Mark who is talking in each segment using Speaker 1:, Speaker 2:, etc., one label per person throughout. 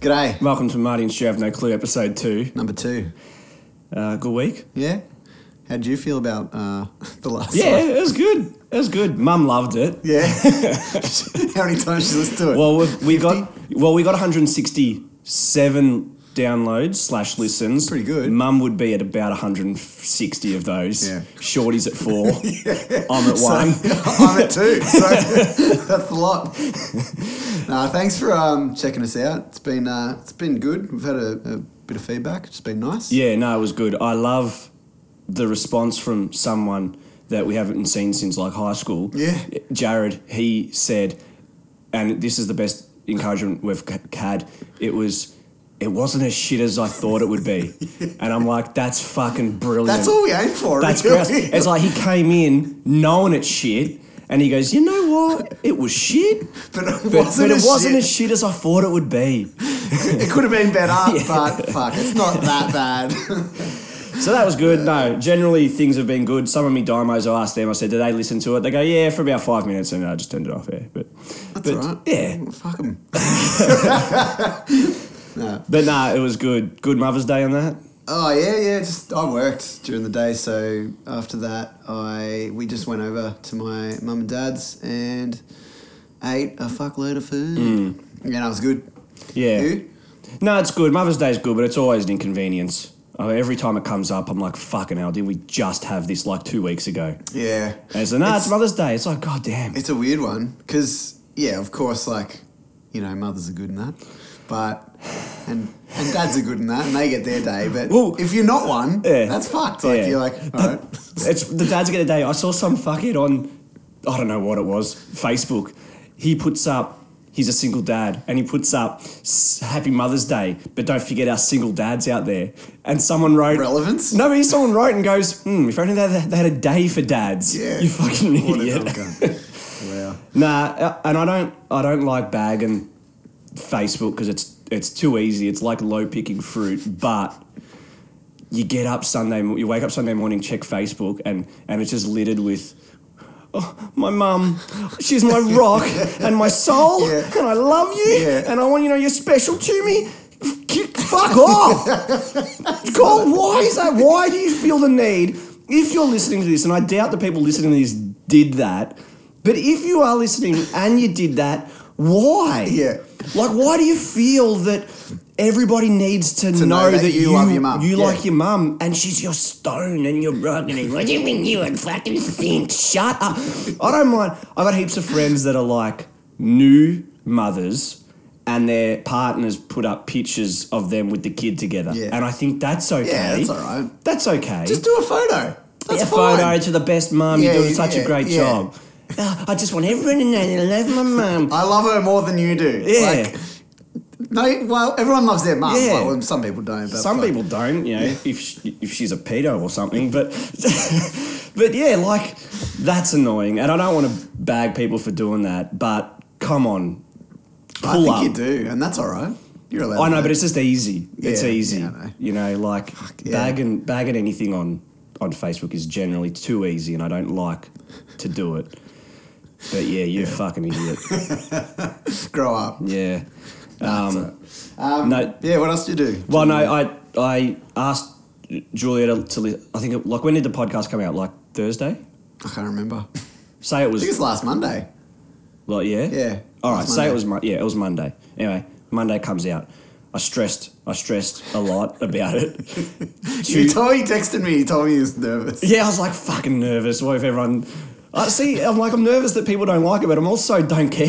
Speaker 1: G'day,
Speaker 2: Welcome to Marty and Stu Have No Clue, episode two.
Speaker 1: number two.
Speaker 2: Uh, good week.
Speaker 1: Yeah? How would you feel about uh, the last
Speaker 2: Yeah,
Speaker 1: one?
Speaker 2: it was good. It was good. Mum loved it.
Speaker 1: Yeah. How many times did you listen to it?
Speaker 2: Well, we- we got well, we got 167 downloads slash listens.
Speaker 1: Pretty good.
Speaker 2: Mum would be at about 160 of those.
Speaker 1: Yeah.
Speaker 2: Shorty's at four. I'm at
Speaker 1: So-
Speaker 2: one.
Speaker 1: I'm at two. So that's a lot. Nah, thanks for um, checking us out. It's been uh, it's been good. We've had a, a bit of feedback. It's been nice.
Speaker 2: Yeah, no, it was good. I love the response from someone that we haven't seen since like high school.
Speaker 1: Yeah.
Speaker 2: Jared, he said, and this is the best encouragement we've c- had. It was, it wasn't as shit as I thought it would be, and I'm like, that's fucking brilliant.
Speaker 1: That's all we aim for.
Speaker 2: That's
Speaker 1: really.
Speaker 2: gross. It's like he came in knowing it's shit, and he goes, you know what? It was shit,
Speaker 1: but it
Speaker 2: but,
Speaker 1: wasn't,
Speaker 2: but it
Speaker 1: as
Speaker 2: wasn't
Speaker 1: shit.
Speaker 2: as shit as I thought it would be.
Speaker 1: It could have been better, but fuck, it's not that bad.
Speaker 2: So that was good. No, generally things have been good. Some of me dimos, I asked them, I said, did they listen to it? They go, yeah, for about five minutes, and I just turned it off. Yeah, but that's but,
Speaker 1: alright.
Speaker 2: Yeah,
Speaker 1: fuck 'em.
Speaker 2: but no, it was good. Good Mother's Day on that.
Speaker 1: Oh yeah, yeah. Just I worked during the day, so after that, I we just went over to my mum and dad's and ate a fuckload of food. Yeah, no, it was good.
Speaker 2: Mm. Yeah.
Speaker 1: You?
Speaker 2: No, it's good. Mother's Day is good, but it's always an inconvenience. Oh, every time it comes up, I'm like, fucking hell, did we just have this like two weeks ago?
Speaker 1: Yeah.
Speaker 2: And so, no, it's,
Speaker 1: It's-
Speaker 2: Mother's Day. It's like, god damn.
Speaker 1: It's a weird one because yeah, of course, like you know, mothers are good in that, but and and dads are good in that, and they get their day. But
Speaker 2: Well,
Speaker 1: if you're not one,
Speaker 2: yeah.
Speaker 1: that's fucked. Like
Speaker 2: Yeah.
Speaker 1: you're like, all right.
Speaker 2: It's the dad's gonna day. I saw some fuckhead on, I don't know what it was, Facebook. He puts up, he's a single dad, and he puts up, "S- Happy Mother's Day, but don't forget our single dads out there. And someone wrote,
Speaker 1: Relevance?
Speaker 2: No, but someone wrote and goes, Hmm, if only they had, they had a day for dads.
Speaker 1: Yeah.
Speaker 2: You fucking
Speaker 1: What a dumb
Speaker 2: idiot.
Speaker 1: cunt. wow.
Speaker 2: Nah, uh, and I don't, I don't like bagging Facebook because it's it's too easy. It's like low picking fruit. But you get up Sunday, mo- you wake up Sunday morning, check Facebook, and and it's just littered with. Oh, my mum, she's my rock and my soul,
Speaker 1: Yeah.
Speaker 2: and I love you,
Speaker 1: Yeah.
Speaker 2: and I want you to know you're special to me. Kick- Fuck off! God, why is that? Why do you feel the need? If you're listening to this, and I doubt the people listening to this did that, but if you are listening and you did that, why?
Speaker 1: Yeah.
Speaker 2: Like, why do you feel that everybody needs to, know, that, you,
Speaker 1: love your mum.
Speaker 2: You
Speaker 1: Yeah.
Speaker 2: like your mum, and she's your stone and your rock. And what do you mean you would fucking think? Shut up. I don't mind. I've got heaps of friends that are like new mothers, and their partners put up pictures of them with the kid together.
Speaker 1: Yeah.
Speaker 2: And I think that's okay.
Speaker 1: Yeah, that's all right.
Speaker 2: That's okay.
Speaker 1: Just do a photo. That's
Speaker 2: Get a
Speaker 1: fine.
Speaker 2: photo to the best mum.
Speaker 1: Yeah,
Speaker 2: You're doing such
Speaker 1: yeah,
Speaker 2: a great
Speaker 1: yeah.
Speaker 2: job. "Oh, I just want everyone to know that I love my mum.
Speaker 1: I love her more than you do.
Speaker 2: Yeah.
Speaker 1: Like, no, well, everyone loves their mum.
Speaker 2: Yeah.
Speaker 1: Like, well, some people don't. But
Speaker 2: Some
Speaker 1: fuck.
Speaker 2: people don't, you know, if she, if she's a pedo or something. But but yeah, like that's annoying, and I don't want to bag people for doing that. But come on,
Speaker 1: I
Speaker 2: pull
Speaker 1: think
Speaker 2: up.
Speaker 1: you do, and that's all right. You're allowed.
Speaker 2: I
Speaker 1: to
Speaker 2: know,
Speaker 1: do
Speaker 2: but
Speaker 1: it.
Speaker 2: it's just easy. it's
Speaker 1: Yeah,
Speaker 2: easy,
Speaker 1: yeah, I know.
Speaker 2: you know. Like
Speaker 1: yeah.
Speaker 2: bagging bagging anything on on Facebook is generally too easy, and I don't like to do it. But yeah, you fucking idiot.
Speaker 1: grow up.
Speaker 2: yeah.
Speaker 1: Um,
Speaker 2: no.
Speaker 1: Yeah. What else do you do?
Speaker 2: Well, no, I I asked Juliet to. Li- I think it, like when did the podcast come out? Like Thursday.
Speaker 1: I can't remember. I
Speaker 2: Say it
Speaker 1: think it's
Speaker 2: was
Speaker 1: last Monday.
Speaker 2: like yeah.
Speaker 1: Yeah,
Speaker 2: All
Speaker 1: it
Speaker 2: right.
Speaker 1: was
Speaker 2: Say it
Speaker 1: Monday.
Speaker 2: was Mon- yeah. It was Monday. Anyway, Monday comes out. I stressed. I stressed a lot about it.
Speaker 1: You
Speaker 2: Tu-
Speaker 1: told he texted me. He told me he was nervous.
Speaker 2: yeah, I was like fucking nervous. What if everyone? I see. I'm like I'm nervous that people don't like it, but I'm also don't care.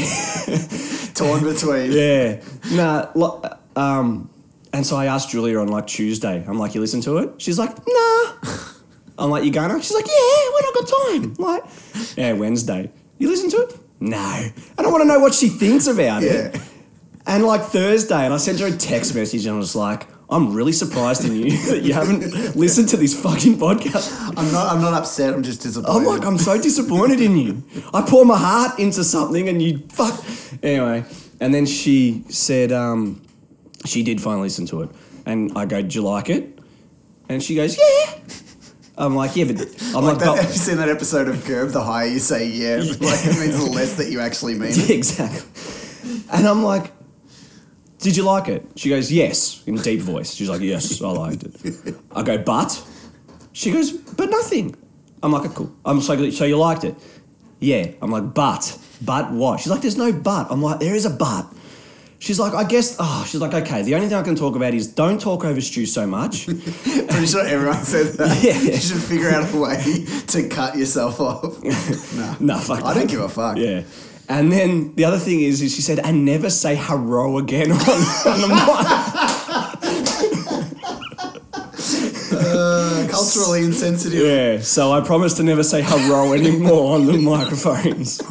Speaker 1: Torn between.
Speaker 2: Yeah. Nah. lo- Um, and so I asked Julia on like Tuesday. I'm like, you listen to it? She's like, nah. I'm like, you gonna? She's like, yeah. When I got time. I'm like, yeah. Wednesday. You listen to it? No. And I want to know what she thinks about it.
Speaker 1: Yeah.
Speaker 2: And like Thursday, and I sent her a text message, and I was like, I'm really surprised in you that you haven't listened to this fucking podcast.
Speaker 1: I'm not. I'm not upset. I'm just disappointed.
Speaker 2: I'm like, I'm so disappointed in you. I pour my heart into something and you fuck. Anyway, and then she said, um, she did finally listen to it. And I go, Do you like it? And she goes, Yeah. I'm like, Yeah, but I'm like,
Speaker 1: Like that,
Speaker 2: but-
Speaker 1: have you seen that episode of Curb? The higher you say yeah, like it means the less that you actually mean. it.
Speaker 2: Yeah, exactly. And I'm like, Did you like it? She goes, Yes, in deep voice. She's like, Yes, I liked it. I go, But? She goes, But nothing. I'm like, "Oh, Cool. I'm so glad. So you liked it? Yeah. I'm like, But, but what? She's like, There's no but. I'm like, There is a but. She's like, I guess, oh, she's like, okay, the only thing I can talk about is don't talk over stew so much.
Speaker 1: Pretty sure everyone says that.
Speaker 2: Yeah.
Speaker 1: You should figure out a way to cut yourself off. no.
Speaker 2: no, fuck
Speaker 1: I
Speaker 2: that.
Speaker 1: don't give a fuck.
Speaker 2: Yeah. And then the other thing is, is she said, and never say hello again on, on the mic.
Speaker 1: Uh, culturally insensitive.
Speaker 2: Yeah. So I promised to never say hello anymore on the microphones.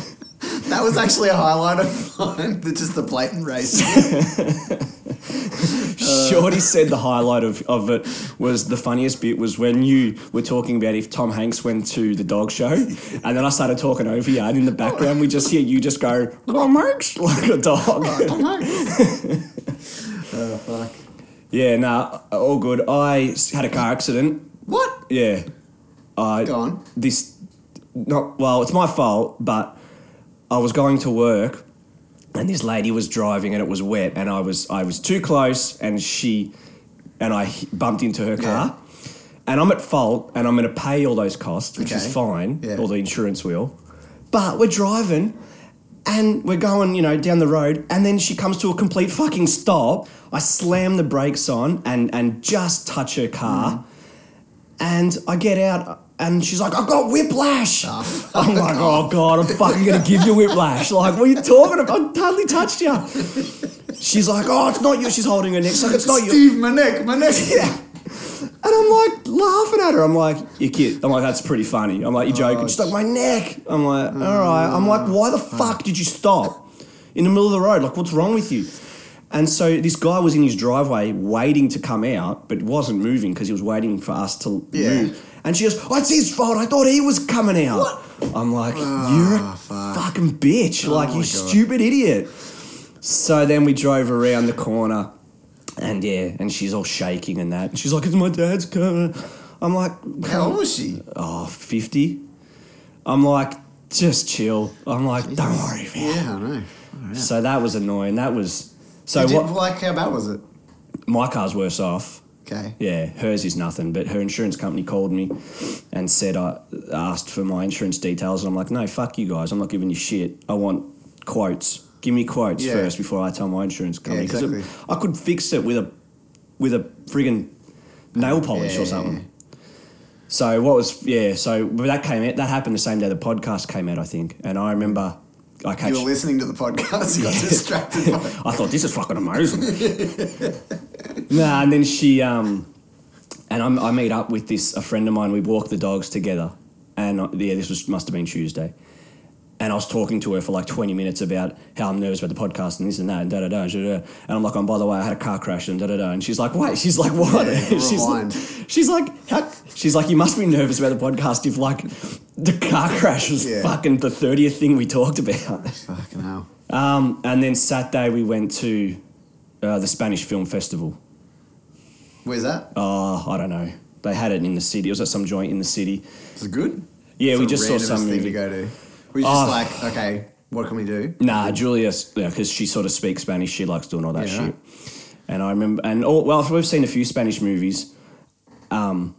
Speaker 1: That was actually a highlight of mine. the- Just the blatant racism.
Speaker 2: Shorty said the highlight of, of it was the funniest bit was when you were talking about if Tom Hanks went to the dog show, and then I started talking over you, and in the background we just hear you just go Tom Hanks like a dog.
Speaker 1: oh fuck.
Speaker 2: yeah. Nah. All good. I s- had a car accident.
Speaker 1: What?
Speaker 2: Yeah. I
Speaker 1: Go on.
Speaker 2: this not well it's my fault but i was going to work and this lady was driving and it was wet and i was i was too close and she and i h- bumped into her car and i'm at fault and i'm going to pay all those costs which
Speaker 1: Okay.
Speaker 2: is fine
Speaker 1: Yeah.
Speaker 2: or the insurance will but we're driving and we're going, you know, down the road, and then she comes to a complete fucking stop. I slam the brakes on and and just touch her
Speaker 1: Mm.
Speaker 2: car. And I get out and she's like, I've got whiplash. I'm like, oh God, I'm fucking gonna give you whiplash. Like, what are you talking about? I hardly touched you. She's like, oh, it's not you. She's holding her neck. She's like, it's not you.
Speaker 1: Steve, my neck, my neck.
Speaker 2: Yeah. And I'm like laughing at her. I'm like, you kid. I'm like, that's pretty funny. I'm like, you're joking. She's like, my neck. I'm like, all right. I'm like, why the fuck did you stop in the middle of the road? Like, what's wrong with you? And so this guy was in his driveway waiting to come out, but wasn't moving because he was waiting for us to
Speaker 1: Yeah.
Speaker 2: move. And she goes, oh, it's his fault. I thought he was coming out. I'm like, you're a
Speaker 1: Ah, fuck. Oh
Speaker 2: fucking bitch. like,
Speaker 1: my
Speaker 2: you
Speaker 1: God.
Speaker 2: stupid idiot. So then we drove around the corner, and yeah, and she's all shaking and that. She's like, "It's my dad's car." I'm like,
Speaker 1: How old was she?
Speaker 2: "Oh, 50? I'm like, "Just chill." I'm like, "Don't worry, man."
Speaker 1: Yeah, I know.
Speaker 2: So that was annoying. That was so.
Speaker 1: Did you,
Speaker 2: What
Speaker 1: like, how bad was it?
Speaker 2: my car's worse off.
Speaker 1: Okay.
Speaker 2: Yeah, hers is nothing. But her insurance company called me and said I asked for my insurance details, and I'm like, no, fuck you guys. I'm not giving you shit. I want quotes. Give me quotes
Speaker 1: Yeah.
Speaker 2: first before I tell my insurance company 'cause it-
Speaker 1: exactly.
Speaker 2: I could fix it with a with a friggin' nail polish
Speaker 1: yeah, yeah,
Speaker 2: or something. So what was yeah? So but that came out. That happened the same day the podcast came out, I think. And I remember I catch.
Speaker 1: You were listening to the podcast, you got distracted by it.
Speaker 2: I thought this is fucking amazing. nah, and then she um, and I'm, I meet up with this a friend of mine. We walk the dogs together, and uh, yeah, this was must have been Tuesday. And I was talking to her for like 20 minutes about how I'm nervous about the podcast and this and that and da da da da da. And I'm like, oh, by the way, I had a car crash and da da da. And she's like, wait, she's like, what?
Speaker 1: Yeah,
Speaker 2: she's, like,
Speaker 1: rewind.
Speaker 2: she's like, how? She's like, you must be nervous about the podcast if like the car crash was
Speaker 1: Yeah.
Speaker 2: fucking the 30th thing we talked about.
Speaker 1: Fucking hell.
Speaker 2: Um, and then Saturday we went to uh, the Spanish Film Festival.
Speaker 1: Where's that?
Speaker 2: Uh, I don't know. They had it in the city. It was at some joint in the city.
Speaker 1: Is it good?
Speaker 2: Yeah,
Speaker 1: It's
Speaker 2: we
Speaker 1: the
Speaker 2: just saw
Speaker 1: randomest
Speaker 2: some
Speaker 1: thing
Speaker 2: movie.
Speaker 1: to go to. We're just
Speaker 2: Oh.
Speaker 1: like, okay, what can we do?
Speaker 2: Nah, Julia, because she sort of speaks Spanish, she likes doing all that
Speaker 1: Yeah.
Speaker 2: shit. And I remember, and all, well, we've seen a few Spanish movies, um,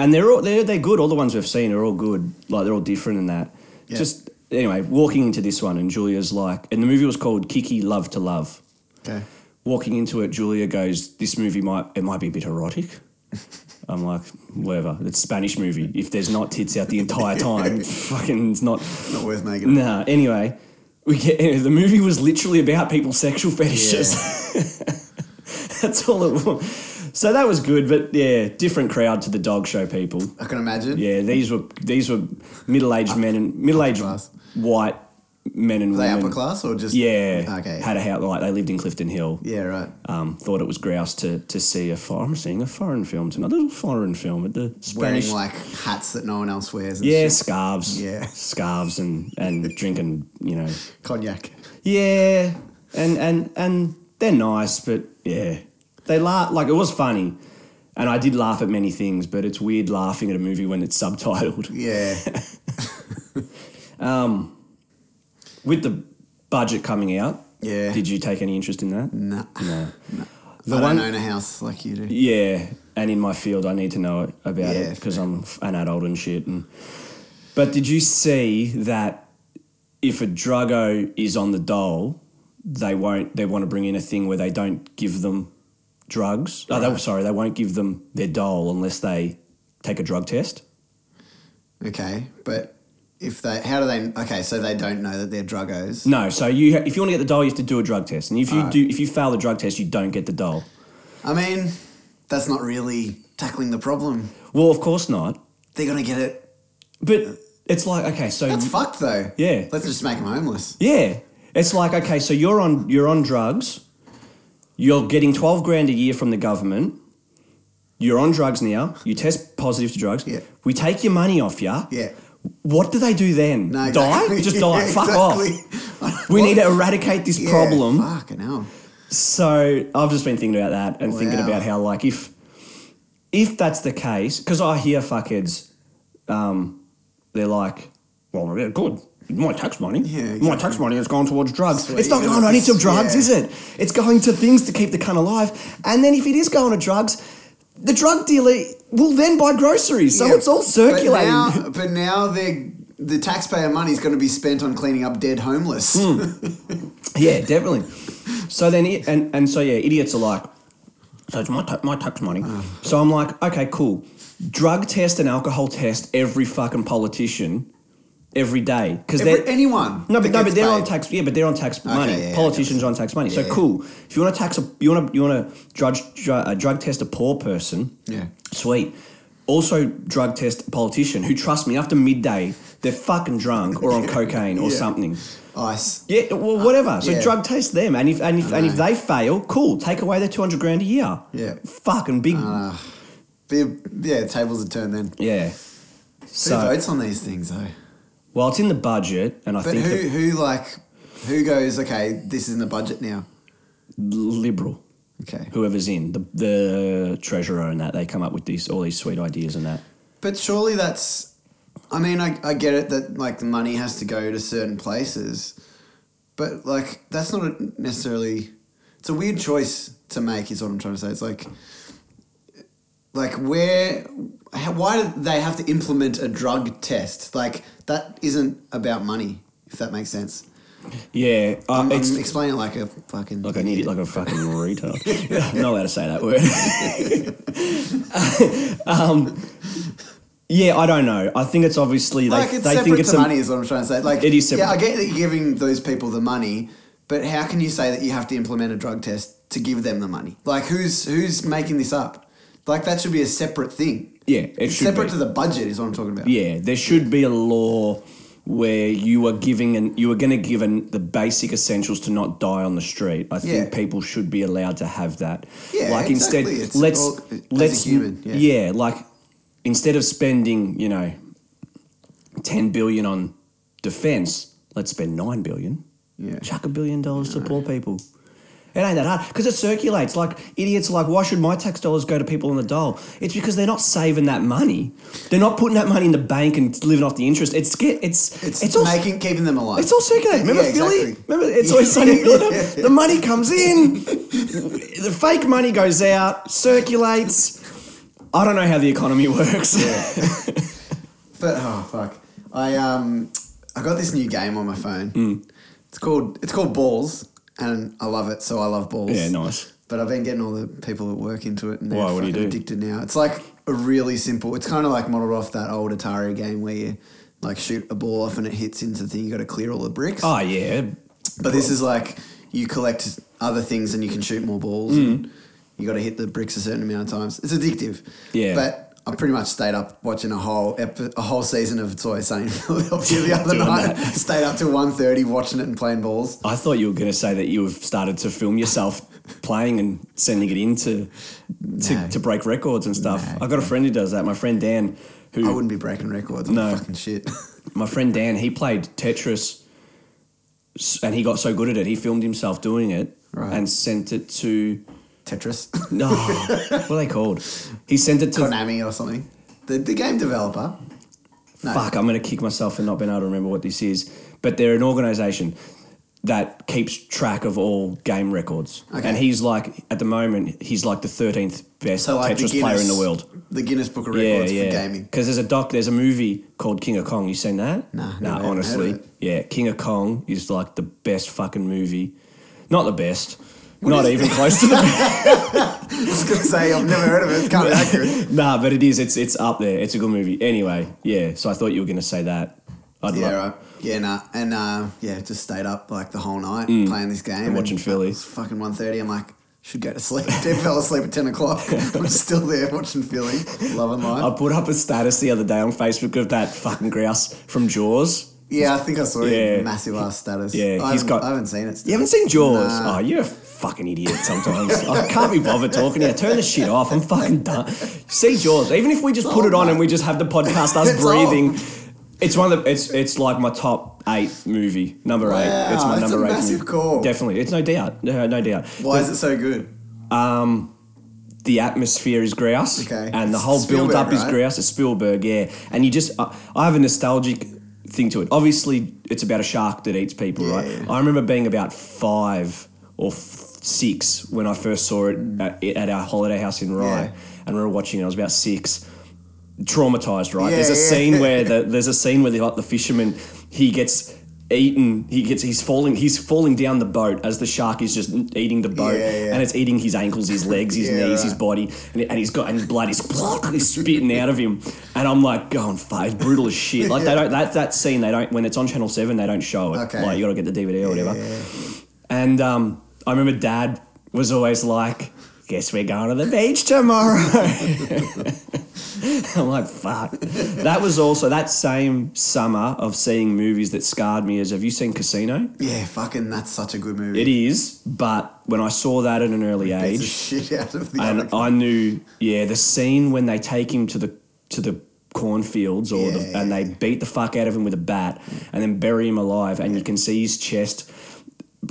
Speaker 2: and they're all they're they're good. All the ones we've seen are all good. Like they're all different and that.
Speaker 1: Yeah.
Speaker 2: Just anyway, walking into this one, and Julia's like, and the movie was called Kiki Love to Love.
Speaker 1: Okay.
Speaker 2: walking into it, Julia goes, "This movie might it might be a bit erotic." I'm like, whatever. It's a Spanish movie. If there's not tits out the entire time, fucking it's not.
Speaker 1: Not worth making it.
Speaker 2: Nah. Anyway, we get the movie was literally about people's sexual fetishes. That's all it was. So that was good, but yeah, different crowd to the dog show people.
Speaker 1: I can imagine.
Speaker 2: Yeah, these were these were middle aged men and middle aged
Speaker 1: class.
Speaker 2: white men and
Speaker 1: Were they
Speaker 2: women.
Speaker 1: upper class or just.
Speaker 2: Mm. Yeah.
Speaker 1: Okay.
Speaker 2: Had a house like they lived in Clifton Hill
Speaker 1: yeah, right.
Speaker 2: um, thought it was grouse to, to see a foreign. I'm seeing a foreign film tonight. A little foreign film at the
Speaker 1: Wearing
Speaker 2: Spanish.
Speaker 1: like hats that no one else wears and
Speaker 2: yeah,
Speaker 1: shit.
Speaker 2: scarves.
Speaker 1: Yeah.
Speaker 2: scarves and and drinking. You know.
Speaker 1: Cognac.
Speaker 2: Yeah, and and and they're nice, but yeah, they laugh like it was funny, and I did laugh at many things, but it's weird laughing at a movie when it's subtitled.
Speaker 1: Yeah.
Speaker 2: With the budget coming out,
Speaker 1: Yeah.
Speaker 2: Did you take any interest in that?
Speaker 1: Nah.
Speaker 2: No. The
Speaker 1: I
Speaker 2: one-
Speaker 1: don't own a house like you do.
Speaker 2: Yeah, and in my field, I need to know it about it
Speaker 1: Yeah,
Speaker 2: it because I'm f- an adult and shit. And but did you see that if a druggo is on the dole, they won't. They want to bring in a thing where they don't give them drugs. Oh, they, sorry, they won't give them their dole unless they take a drug test.
Speaker 1: Okay, but if they, how do they? Okay, so they don't know that they're druggos.
Speaker 2: No, so you ha- if you want to get the dole, you have to do a drug test, and if you do, if you fail the drug test, you don't get the dole.
Speaker 1: I mean, that's not really tackling the problem.
Speaker 2: Well, of course not.
Speaker 1: They're gonna get it.
Speaker 2: But it's like okay, so
Speaker 1: That's fucked though.
Speaker 2: Mm-hmm. Yeah.
Speaker 1: Let's just make them homeless.
Speaker 2: Yeah, it's like okay, so you're on you're on drugs. You're getting twelve grand a year from the government. You're on drugs now. You test positive to drugs.
Speaker 1: Yeah.
Speaker 2: We take your money off you.
Speaker 1: Yeah.
Speaker 2: What do they do then?
Speaker 1: No.
Speaker 2: Die?
Speaker 1: exactly.
Speaker 2: Just die.
Speaker 1: Yeah,
Speaker 2: Fuck
Speaker 1: exactly.
Speaker 2: off. We need to eradicate this
Speaker 1: Yeah,
Speaker 2: problem.
Speaker 1: Fucking hell.
Speaker 2: So I've just been thinking about that and thinking
Speaker 1: Wow.
Speaker 2: about how like if if that's the case, because I hear fuckheads, um, they're like, well, yeah, good. My tax money,
Speaker 1: Yeah,
Speaker 2: my
Speaker 1: exactly.
Speaker 2: tax money is going towards drugs.
Speaker 1: That's what
Speaker 2: it's
Speaker 1: you
Speaker 2: not
Speaker 1: gotta-
Speaker 2: going only to
Speaker 1: yeah.
Speaker 2: drugs, is it? It's going to things to keep the cunt alive. And then if it is going to drugs, the drug dealer will then buy groceries. So
Speaker 1: Yeah,
Speaker 2: it's all circulating.
Speaker 1: But now, but now they're, the taxpayer money is going to be spent on cleaning up dead homeless.
Speaker 2: Hmm. Yeah, definitely. So then, i- and and so yeah, idiots are like, so it's my ta- my tax money. So I'm like, okay, cool. Drug test and alcohol test every fucking politician every day because
Speaker 1: Every-
Speaker 2: they're
Speaker 1: anyone.
Speaker 2: no, but
Speaker 1: that
Speaker 2: no,
Speaker 1: gets
Speaker 2: but they're on
Speaker 1: paid.
Speaker 2: tax. Yeah, but they're on tax money.
Speaker 1: yeah, yeah,
Speaker 2: Politicians are on tax money. so
Speaker 1: Yeah, yeah.
Speaker 2: cool. If you want to tax, a, you want to you want to drug, drug, uh, drug test a poor person.
Speaker 1: Yeah.
Speaker 2: Sweet. Also, drug test a politician who, trust me, after midday, they're fucking drunk or on cocaine or
Speaker 1: Yeah.
Speaker 2: something.
Speaker 1: Ice.
Speaker 2: Yeah, well, whatever. So
Speaker 1: yeah.
Speaker 2: drug test them, and if and if and if they fail, cool. Take away their two hundred grand a year.
Speaker 1: Yeah.
Speaker 2: fucking big.
Speaker 1: Be, yeah, tables are turned then.
Speaker 2: yeah.
Speaker 1: Who
Speaker 2: So
Speaker 1: votes on these things though?
Speaker 2: well, it's in the budget, and I
Speaker 1: But
Speaker 2: think
Speaker 1: who,
Speaker 2: the
Speaker 1: who like, who goes? Okay, this is in the budget now.
Speaker 2: liberal,
Speaker 1: Okay,
Speaker 2: whoever's in the the treasurer and that, they come up with these all these sweet ideas and that.
Speaker 1: but surely that's. I mean, I, I get it that like the money has to go to certain places, but like that's not a necessarily. It's a weird choice to make. Is what I'm trying to say. It's like, like where, how, why do they have to implement a drug test? Like that isn't about money. If that makes sense.
Speaker 2: Yeah, uh,
Speaker 1: I'm,
Speaker 2: it's
Speaker 1: I'm explaining it like a fucking
Speaker 2: like I need it like a fucking retard. I'm not allowed to say that word. um, yeah, I don't know. I think it's obviously they,
Speaker 1: like it's
Speaker 2: they
Speaker 1: separate
Speaker 2: think it's
Speaker 1: to
Speaker 2: a,
Speaker 1: money is what I'm trying to say. Like
Speaker 2: It is
Speaker 1: Yeah, I
Speaker 2: separate.
Speaker 1: get that you're giving those people the money, but how can you say that you have to implement a drug test to give them the money? Like who's who's making this up? Like that should be a separate thing.
Speaker 2: Yeah, it should
Speaker 1: separate
Speaker 2: be.
Speaker 1: to the budget is what I'm talking about.
Speaker 2: Yeah, there should be a law where you are giving and you are going to give an, the basic essentials to not die on the street. I think
Speaker 1: Yeah.
Speaker 2: people should be allowed to have that.
Speaker 1: Yeah,
Speaker 2: like
Speaker 1: exactly. It's
Speaker 2: instead, let's
Speaker 1: all- as a
Speaker 2: let's
Speaker 1: human, yeah.
Speaker 2: yeah. like instead of spending you know ten billion on defense, let's spend nine billion.
Speaker 1: Yeah.
Speaker 2: chuck a billion dollars to poor people. It ain't that hard because it circulates. Like idiots, are like why should my tax dollars go to people on the dole? It's because they're not saving that money. They're not putting that money in the bank and living off the interest. It's get it's
Speaker 1: It's,
Speaker 2: it's, all
Speaker 1: making keeping them alive.
Speaker 2: it's all circulating. Remember
Speaker 1: Yeah,
Speaker 2: Philly?
Speaker 1: exactly.
Speaker 2: Remember it's always sunny. in Philly?
Speaker 1: Yeah.
Speaker 2: The money comes in, the fake money goes out, circulates. I don't know how the economy works.
Speaker 1: But oh fuck, I um I got this new game on my phone.
Speaker 2: Hmm.
Speaker 1: It's called it's called Balls, and I love it. So I love balls.
Speaker 2: Yeah, nice.
Speaker 1: But I've been getting all the people at work into it, and they're
Speaker 2: Why, what do you
Speaker 1: fucking
Speaker 2: do?
Speaker 1: addicted now. It's like a really simple. It's kind of like modeled off that old Atari game where you like shoot a ball off and it hits into the thing. You got to clear all the bricks.
Speaker 2: Oh yeah,
Speaker 1: But this is like you collect other things and you can shoot more balls.
Speaker 2: Hmm.
Speaker 1: And you got to hit the bricks a certain amount of times. It's addictive.
Speaker 2: Yeah.
Speaker 1: But I pretty much stayed up watching a whole epi- a whole season of It's Always Sunny in Philadelphia the other
Speaker 2: Doing
Speaker 1: night.
Speaker 2: that.
Speaker 1: Stayed up till 1.30 watching it and playing balls.
Speaker 2: I thought you were going to say that you have started to film yourself playing and sending it in to to,
Speaker 1: No.
Speaker 2: to break records and stuff. I've got a friend who does that. My friend Dan, who
Speaker 1: I wouldn't be breaking records. I'm
Speaker 2: Hmm. No.
Speaker 1: fucking shit.
Speaker 2: my friend Dan, he played Tetris, s- and he got so good at it, he filmed himself doing it
Speaker 1: Right.
Speaker 2: and sent it to
Speaker 1: Tetris.
Speaker 2: no, what are they called? He sent it to
Speaker 1: Konami or something. The, the game developer. No.
Speaker 2: fuck. I'm going to kick myself for not being able to remember what this is, but they're an organisation. that keeps track of all game records.
Speaker 1: Okay.
Speaker 2: And he's like, at the moment, he's like the 13th best
Speaker 1: So like the
Speaker 2: Tetris
Speaker 1: Guinness,
Speaker 2: player in the world.
Speaker 1: the Guinness Book of Records for gaming.
Speaker 2: Because there's a doc, there's a movie called King of Kong. You seen that?
Speaker 1: Nah, never
Speaker 2: nah.
Speaker 1: heard
Speaker 2: Honestly,
Speaker 1: of it.
Speaker 2: yeah, King of Kong is like the best fucking movie. Not the best. not
Speaker 1: is
Speaker 2: even close to the best.
Speaker 1: I was gonna say I've never heard of it. It's kind of accurate.
Speaker 2: nah, but it is. It's it's up there. It's a good movie. Anyway, yeah. So I thought you were gonna say that. I'd
Speaker 1: Yeah,
Speaker 2: like-
Speaker 1: right. Yeah, nah, and uh, yeah, just stayed up like the whole night playing this game and
Speaker 2: Mm. watching Philly.
Speaker 1: It was fucking 1.30 I'm like, should go to sleep. Dad fell asleep at ten o'clock. I'm still there watching Philly, loving life.
Speaker 2: I put up a status the other day on Facebook of that fucking grouse from Jaws.
Speaker 1: yeah, I think I saw
Speaker 2: Yeah.
Speaker 1: it. Massive ass status.
Speaker 2: Yeah,
Speaker 1: I
Speaker 2: he's
Speaker 1: haven't-
Speaker 2: got-
Speaker 1: I haven't seen it. Still.
Speaker 2: You haven't seen Jaws?
Speaker 1: Nah.
Speaker 2: Oh, you're a fucking idiot sometimes. I can't be bothered talking to you. Turn the shit off. I'm fucking done. See Jaws. Even if we just put it on and we just have the podcast us
Speaker 1: It's
Speaker 2: breathing, it's one of the it's it's like my top eight movie. Number eight. It's
Speaker 1: Wow,
Speaker 2: my
Speaker 1: that's
Speaker 2: number
Speaker 1: a
Speaker 2: eight.
Speaker 1: massive
Speaker 2: movie.
Speaker 1: call.
Speaker 2: Definitely. It's no doubt. No, no doubt.
Speaker 1: Why is it so good?
Speaker 2: the atmosphere is grouse,
Speaker 1: Okay.
Speaker 2: and the whole
Speaker 1: Spielberg,
Speaker 2: build up is
Speaker 1: right?
Speaker 2: grouse. It's Spielberg, yeah. And you just, I I have a nostalgic thing to it. Obviously, it's about a shark that eats people,
Speaker 1: Yeah,
Speaker 2: right?
Speaker 1: yeah.
Speaker 2: I remember being about five or f- six when I first saw it at, at our holiday house in Rye,
Speaker 1: Yeah.
Speaker 2: and we were watching. it. I was about six, traumatized, right? there's a
Speaker 1: Yeah, yeah.
Speaker 2: scene where the, there's a scene where the, like, the fisherman he gets. Eaten, he gets. He's falling. He's falling down the boat as the shark is just eating the boat,
Speaker 1: Yeah, yeah.
Speaker 2: and it's eating his ankles, his legs, his
Speaker 1: Yeah,
Speaker 2: knees,
Speaker 1: right.
Speaker 2: his body, and, and he's got and blood is is spitting out of him, and I'm like going far, it's brutal as shit. Like they don't that that scene they don't when it's on Channel Seven they don't show it.
Speaker 1: Okay.
Speaker 2: Like you got to get the DVD or whatever. And um, I remember Dad was always like, "Guess we're going to the beach tomorrow." I'm like, "Fuck." That was also that same summer of seeing movies that scarred me. Is have you seen Casino?
Speaker 1: Yeah, fucking, that's such a good movie.
Speaker 2: It is, but when I saw that at an early
Speaker 1: Beats
Speaker 2: age,
Speaker 1: the shit out of the
Speaker 2: and
Speaker 1: other
Speaker 2: I knew, yeah, the scene when they take him to the to the cornfields or the,
Speaker 1: Yeah.
Speaker 2: and they beat the fuck out of him with a bat and then bury him alive, and you can see his chest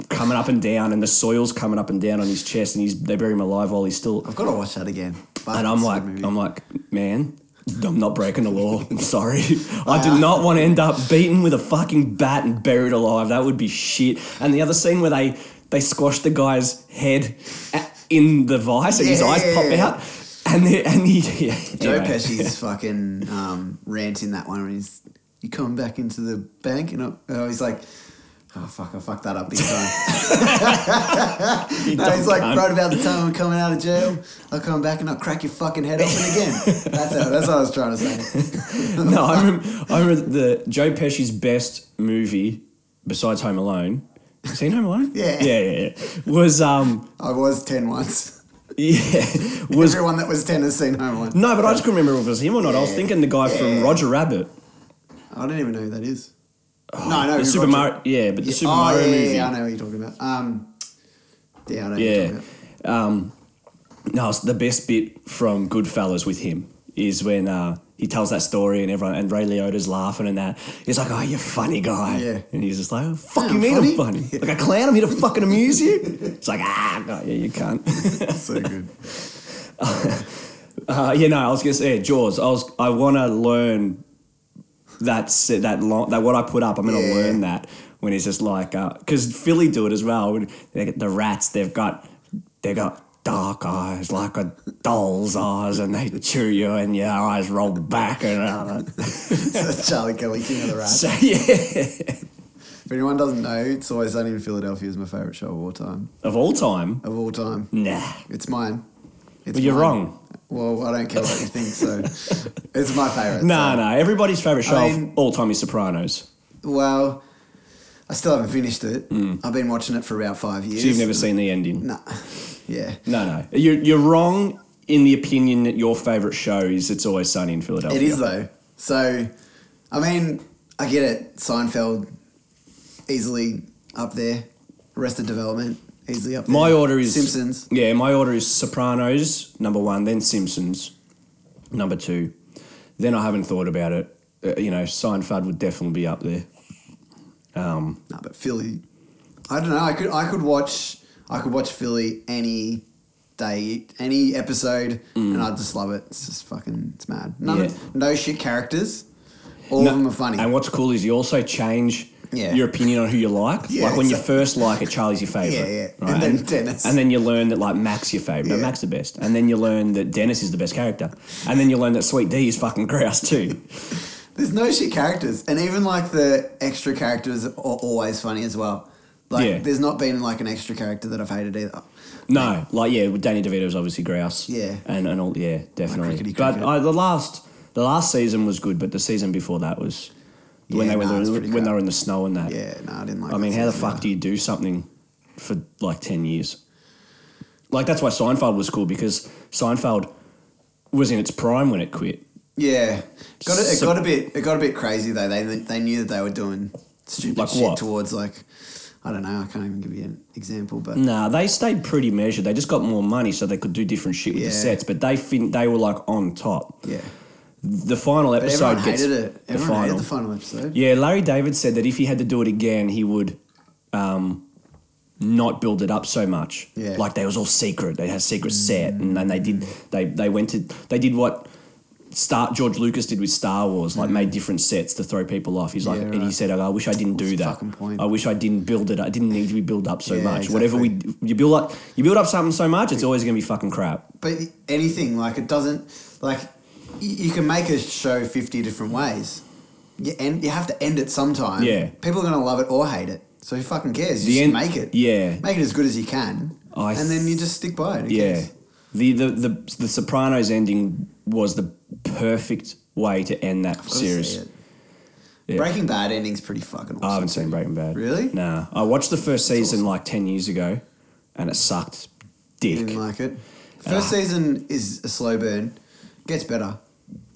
Speaker 2: coming up and down, and the soil's coming up and down on his chest, and he's they bury him alive while he's still.
Speaker 1: I've got to watch that again. Fuck,
Speaker 2: And I'm
Speaker 1: it's a
Speaker 2: like,
Speaker 1: good movie.
Speaker 2: I'm like, man. I'm not breaking the law. I'm sorry. I did not want to end up beaten with a fucking bat and buried alive. That would be shit. And the other scene where they they squash the guy's head a- in the vice and his
Speaker 1: Yeah,
Speaker 2: eyes
Speaker 1: yeah,
Speaker 2: pop
Speaker 1: yeah.
Speaker 2: out. And the, and he yeah,
Speaker 1: Joe
Speaker 2: anyway.
Speaker 1: Pesci's fucking um, rant in that one when he's you coming back into the bank and I, oh, he's like, oh fuck, I fucked that up big time.
Speaker 2: He
Speaker 1: no, he's
Speaker 2: dumped
Speaker 1: like
Speaker 2: him.
Speaker 1: right about the time I'm coming out of jail, I'll come back and I'll crack your fucking head open again. That's how, that's what I was trying to say.
Speaker 2: no, I remember, I remember the Joe Pesci's best movie besides Home Alone. You Seen Home Alone?
Speaker 1: Yeah.
Speaker 2: yeah, yeah. yeah. Was um,
Speaker 1: I was ten once.
Speaker 2: yeah, was
Speaker 1: Everyone that was ten has seen Home Alone.
Speaker 2: no, but I just couldn't remember if it was him or not. I was
Speaker 1: Yeah.
Speaker 2: thinking the guy from
Speaker 1: Yeah.
Speaker 2: Roger Rabbit.
Speaker 1: I don't even know who that is. no, no,
Speaker 2: Oh, the
Speaker 1: who
Speaker 2: Super
Speaker 1: Roger-
Speaker 2: Mario, yeah, but the
Speaker 1: Yeah,
Speaker 2: Super
Speaker 1: oh,
Speaker 2: Mario
Speaker 1: yeah, yeah,
Speaker 2: movie.
Speaker 1: Yeah, I know what you're talking about. Um, yeah, I know. What you're
Speaker 2: Yeah. Um,
Speaker 1: talking about.
Speaker 2: No, it's the best bit from Goodfellas with him is when uh, he tells that story and everyone and Ray Liotta's laughing and that. He's like, "Oh, you're a funny guy,"
Speaker 1: Yeah.
Speaker 2: and he's just like, oh, "Fuck
Speaker 1: Yeah,
Speaker 2: you,
Speaker 1: I'm
Speaker 2: mean I'm
Speaker 1: funny.
Speaker 2: funny? Like a clown, I'm here to fucking amuse you." It's like, ah, no, yeah, you can't.
Speaker 1: so good.
Speaker 2: Uh, yeah, no, I was gonna say yeah, Jaws. I was, I want to learn that se- that long, that what I put up. I'm gonna
Speaker 1: Yeah.
Speaker 2: learn that when it's just like because Philly do it as well. When they get the rats, they've got they got dark eyes like a doll's eyes, and they chew you, and your eyes roll back and. Uh,
Speaker 1: That's Charlie Kelly, King of the Rats.
Speaker 2: so yeah,
Speaker 1: If anyone doesn't know, it's always sunny in Philadelphia is my favorite show of all time.
Speaker 2: of all time,
Speaker 1: Of all time,
Speaker 2: nah.
Speaker 1: it's mine. It's
Speaker 2: Well, you're
Speaker 1: mine.
Speaker 2: wrong.
Speaker 1: Well, I don't care what you think, so it's my favorite.
Speaker 2: No, no. Everybody's favorite show
Speaker 1: mean-
Speaker 2: of all time is Sopranos.
Speaker 1: So. Well, I still haven't finished it. I've been watching it for about five years.
Speaker 2: Hmm. So you've never seen the ending.
Speaker 1: Nah. Yeah.
Speaker 2: No, no. You're, you're wrong in the opinion that your favourite show is It's Always Sunny in Philadelphia.
Speaker 1: It is though. So, I mean, I get it. Seinfeld, easily up there. Arrested Development, easily up there.
Speaker 2: My order is
Speaker 1: Simpsons.
Speaker 2: Yeah, my order is Sopranos, number one, then Simpsons, number two. Then I haven't thought about it. Uh, you know, Seinfeld would definitely be up there.
Speaker 1: No, but Philly. I don't know. I could I could watch I could watch Philly any day, any episode, and I'd just love it. It's just fucking it's mad. None
Speaker 2: Mm. Yeah.
Speaker 1: of, no shit characters. All
Speaker 2: No,
Speaker 1: of them are funny.
Speaker 2: And what's cool is you also change
Speaker 1: Yeah.
Speaker 2: your opinion on who you like.
Speaker 1: Yeah,
Speaker 2: like when
Speaker 1: exactly.
Speaker 2: you first like it, Charlie's your favorite.
Speaker 1: Yeah, yeah. And then Dennis.
Speaker 2: And then you learn that like Mac's your favorite. No,
Speaker 1: Yeah.
Speaker 2: Mac's the best. And then you learn that Dennis is the best character. And then you learn that Sweet D is fucking grouse too.
Speaker 1: There's no shit characters, and even like the extra characters are always funny as well. Like,
Speaker 2: Yeah.
Speaker 1: there's not been like an extra character that I've hated either.
Speaker 2: No, like yeah, Danny DeVito's obviously grouse.
Speaker 1: Yeah.
Speaker 2: and and all yeah, definitely.
Speaker 1: crickety
Speaker 2: but
Speaker 1: cricket.
Speaker 2: I, the last the last season was good, but the season before that was when
Speaker 1: Yeah,
Speaker 2: they were
Speaker 1: nah, it's pretty
Speaker 2: when they
Speaker 1: crap.
Speaker 2: were in the snow and that.
Speaker 1: Yeah, no, I didn't like.
Speaker 2: I
Speaker 1: that
Speaker 2: mean, how the
Speaker 1: season
Speaker 2: fuck
Speaker 1: either.
Speaker 2: do you do something for like ten years? Like that's why Seinfeld was cool because Seinfeld was in its prime when it quit.
Speaker 1: Yeah, got a, it
Speaker 2: So-
Speaker 1: got a bit it got a bit crazy though. They they knew that they were doing stupid
Speaker 2: Like
Speaker 1: shit
Speaker 2: what?
Speaker 1: towards like I don't know. I can't even give you an example, but
Speaker 2: Nah, they stayed pretty measured. They just got more money, so they could do different shit with the
Speaker 1: Yeah.
Speaker 2: sets. But they fin- they were like on top.
Speaker 1: yeah.
Speaker 2: The final
Speaker 1: But
Speaker 2: episode
Speaker 1: everyone
Speaker 2: gets
Speaker 1: hated it.
Speaker 2: the
Speaker 1: Everyone
Speaker 2: final.
Speaker 1: hated the final episode.
Speaker 2: Yeah, Larry David said that if he had to do it again, he would um, not build it up so much.
Speaker 1: Yeah. Mm.
Speaker 2: Like they was all secret. They had a secret set, and then they did they they went to they did what Star George Lucas did with Star Wars, like made different sets to throw people off. He's like,
Speaker 1: Mm. Yeah,
Speaker 2: and he
Speaker 1: right.
Speaker 2: said, "I wish I didn't do
Speaker 1: the
Speaker 2: that.
Speaker 1: fucking point?"
Speaker 2: I wish I didn't build it. I didn't need to be built up so
Speaker 1: Yeah,
Speaker 2: much. Whatever we you build up, you build up something so much, it's always gonna be fucking crap."
Speaker 1: But anything like it doesn't like y- you can make a show fifty different ways. You end, you have to end it sometime.
Speaker 2: Yeah.
Speaker 1: people are gonna love it or hate it. So who fucking cares? You
Speaker 2: The
Speaker 1: just
Speaker 2: end-
Speaker 1: make it.
Speaker 2: yeah.
Speaker 1: make it as good as you can,
Speaker 2: I
Speaker 1: and then you just stick by it. Who
Speaker 2: Yeah.
Speaker 1: cares?
Speaker 2: The, the the the Sopranos ending was the perfect way to end that
Speaker 1: Gotta see
Speaker 2: series.
Speaker 1: it.
Speaker 2: Yeah.
Speaker 1: Breaking Bad ending's pretty fucking. awesome.
Speaker 2: I haven't seen Breaking Bad.
Speaker 1: Really?
Speaker 2: Nah. I watched the first season like ten years ago, and it sucked dick.
Speaker 1: Didn't like it. First season is a slow burn. Gets better.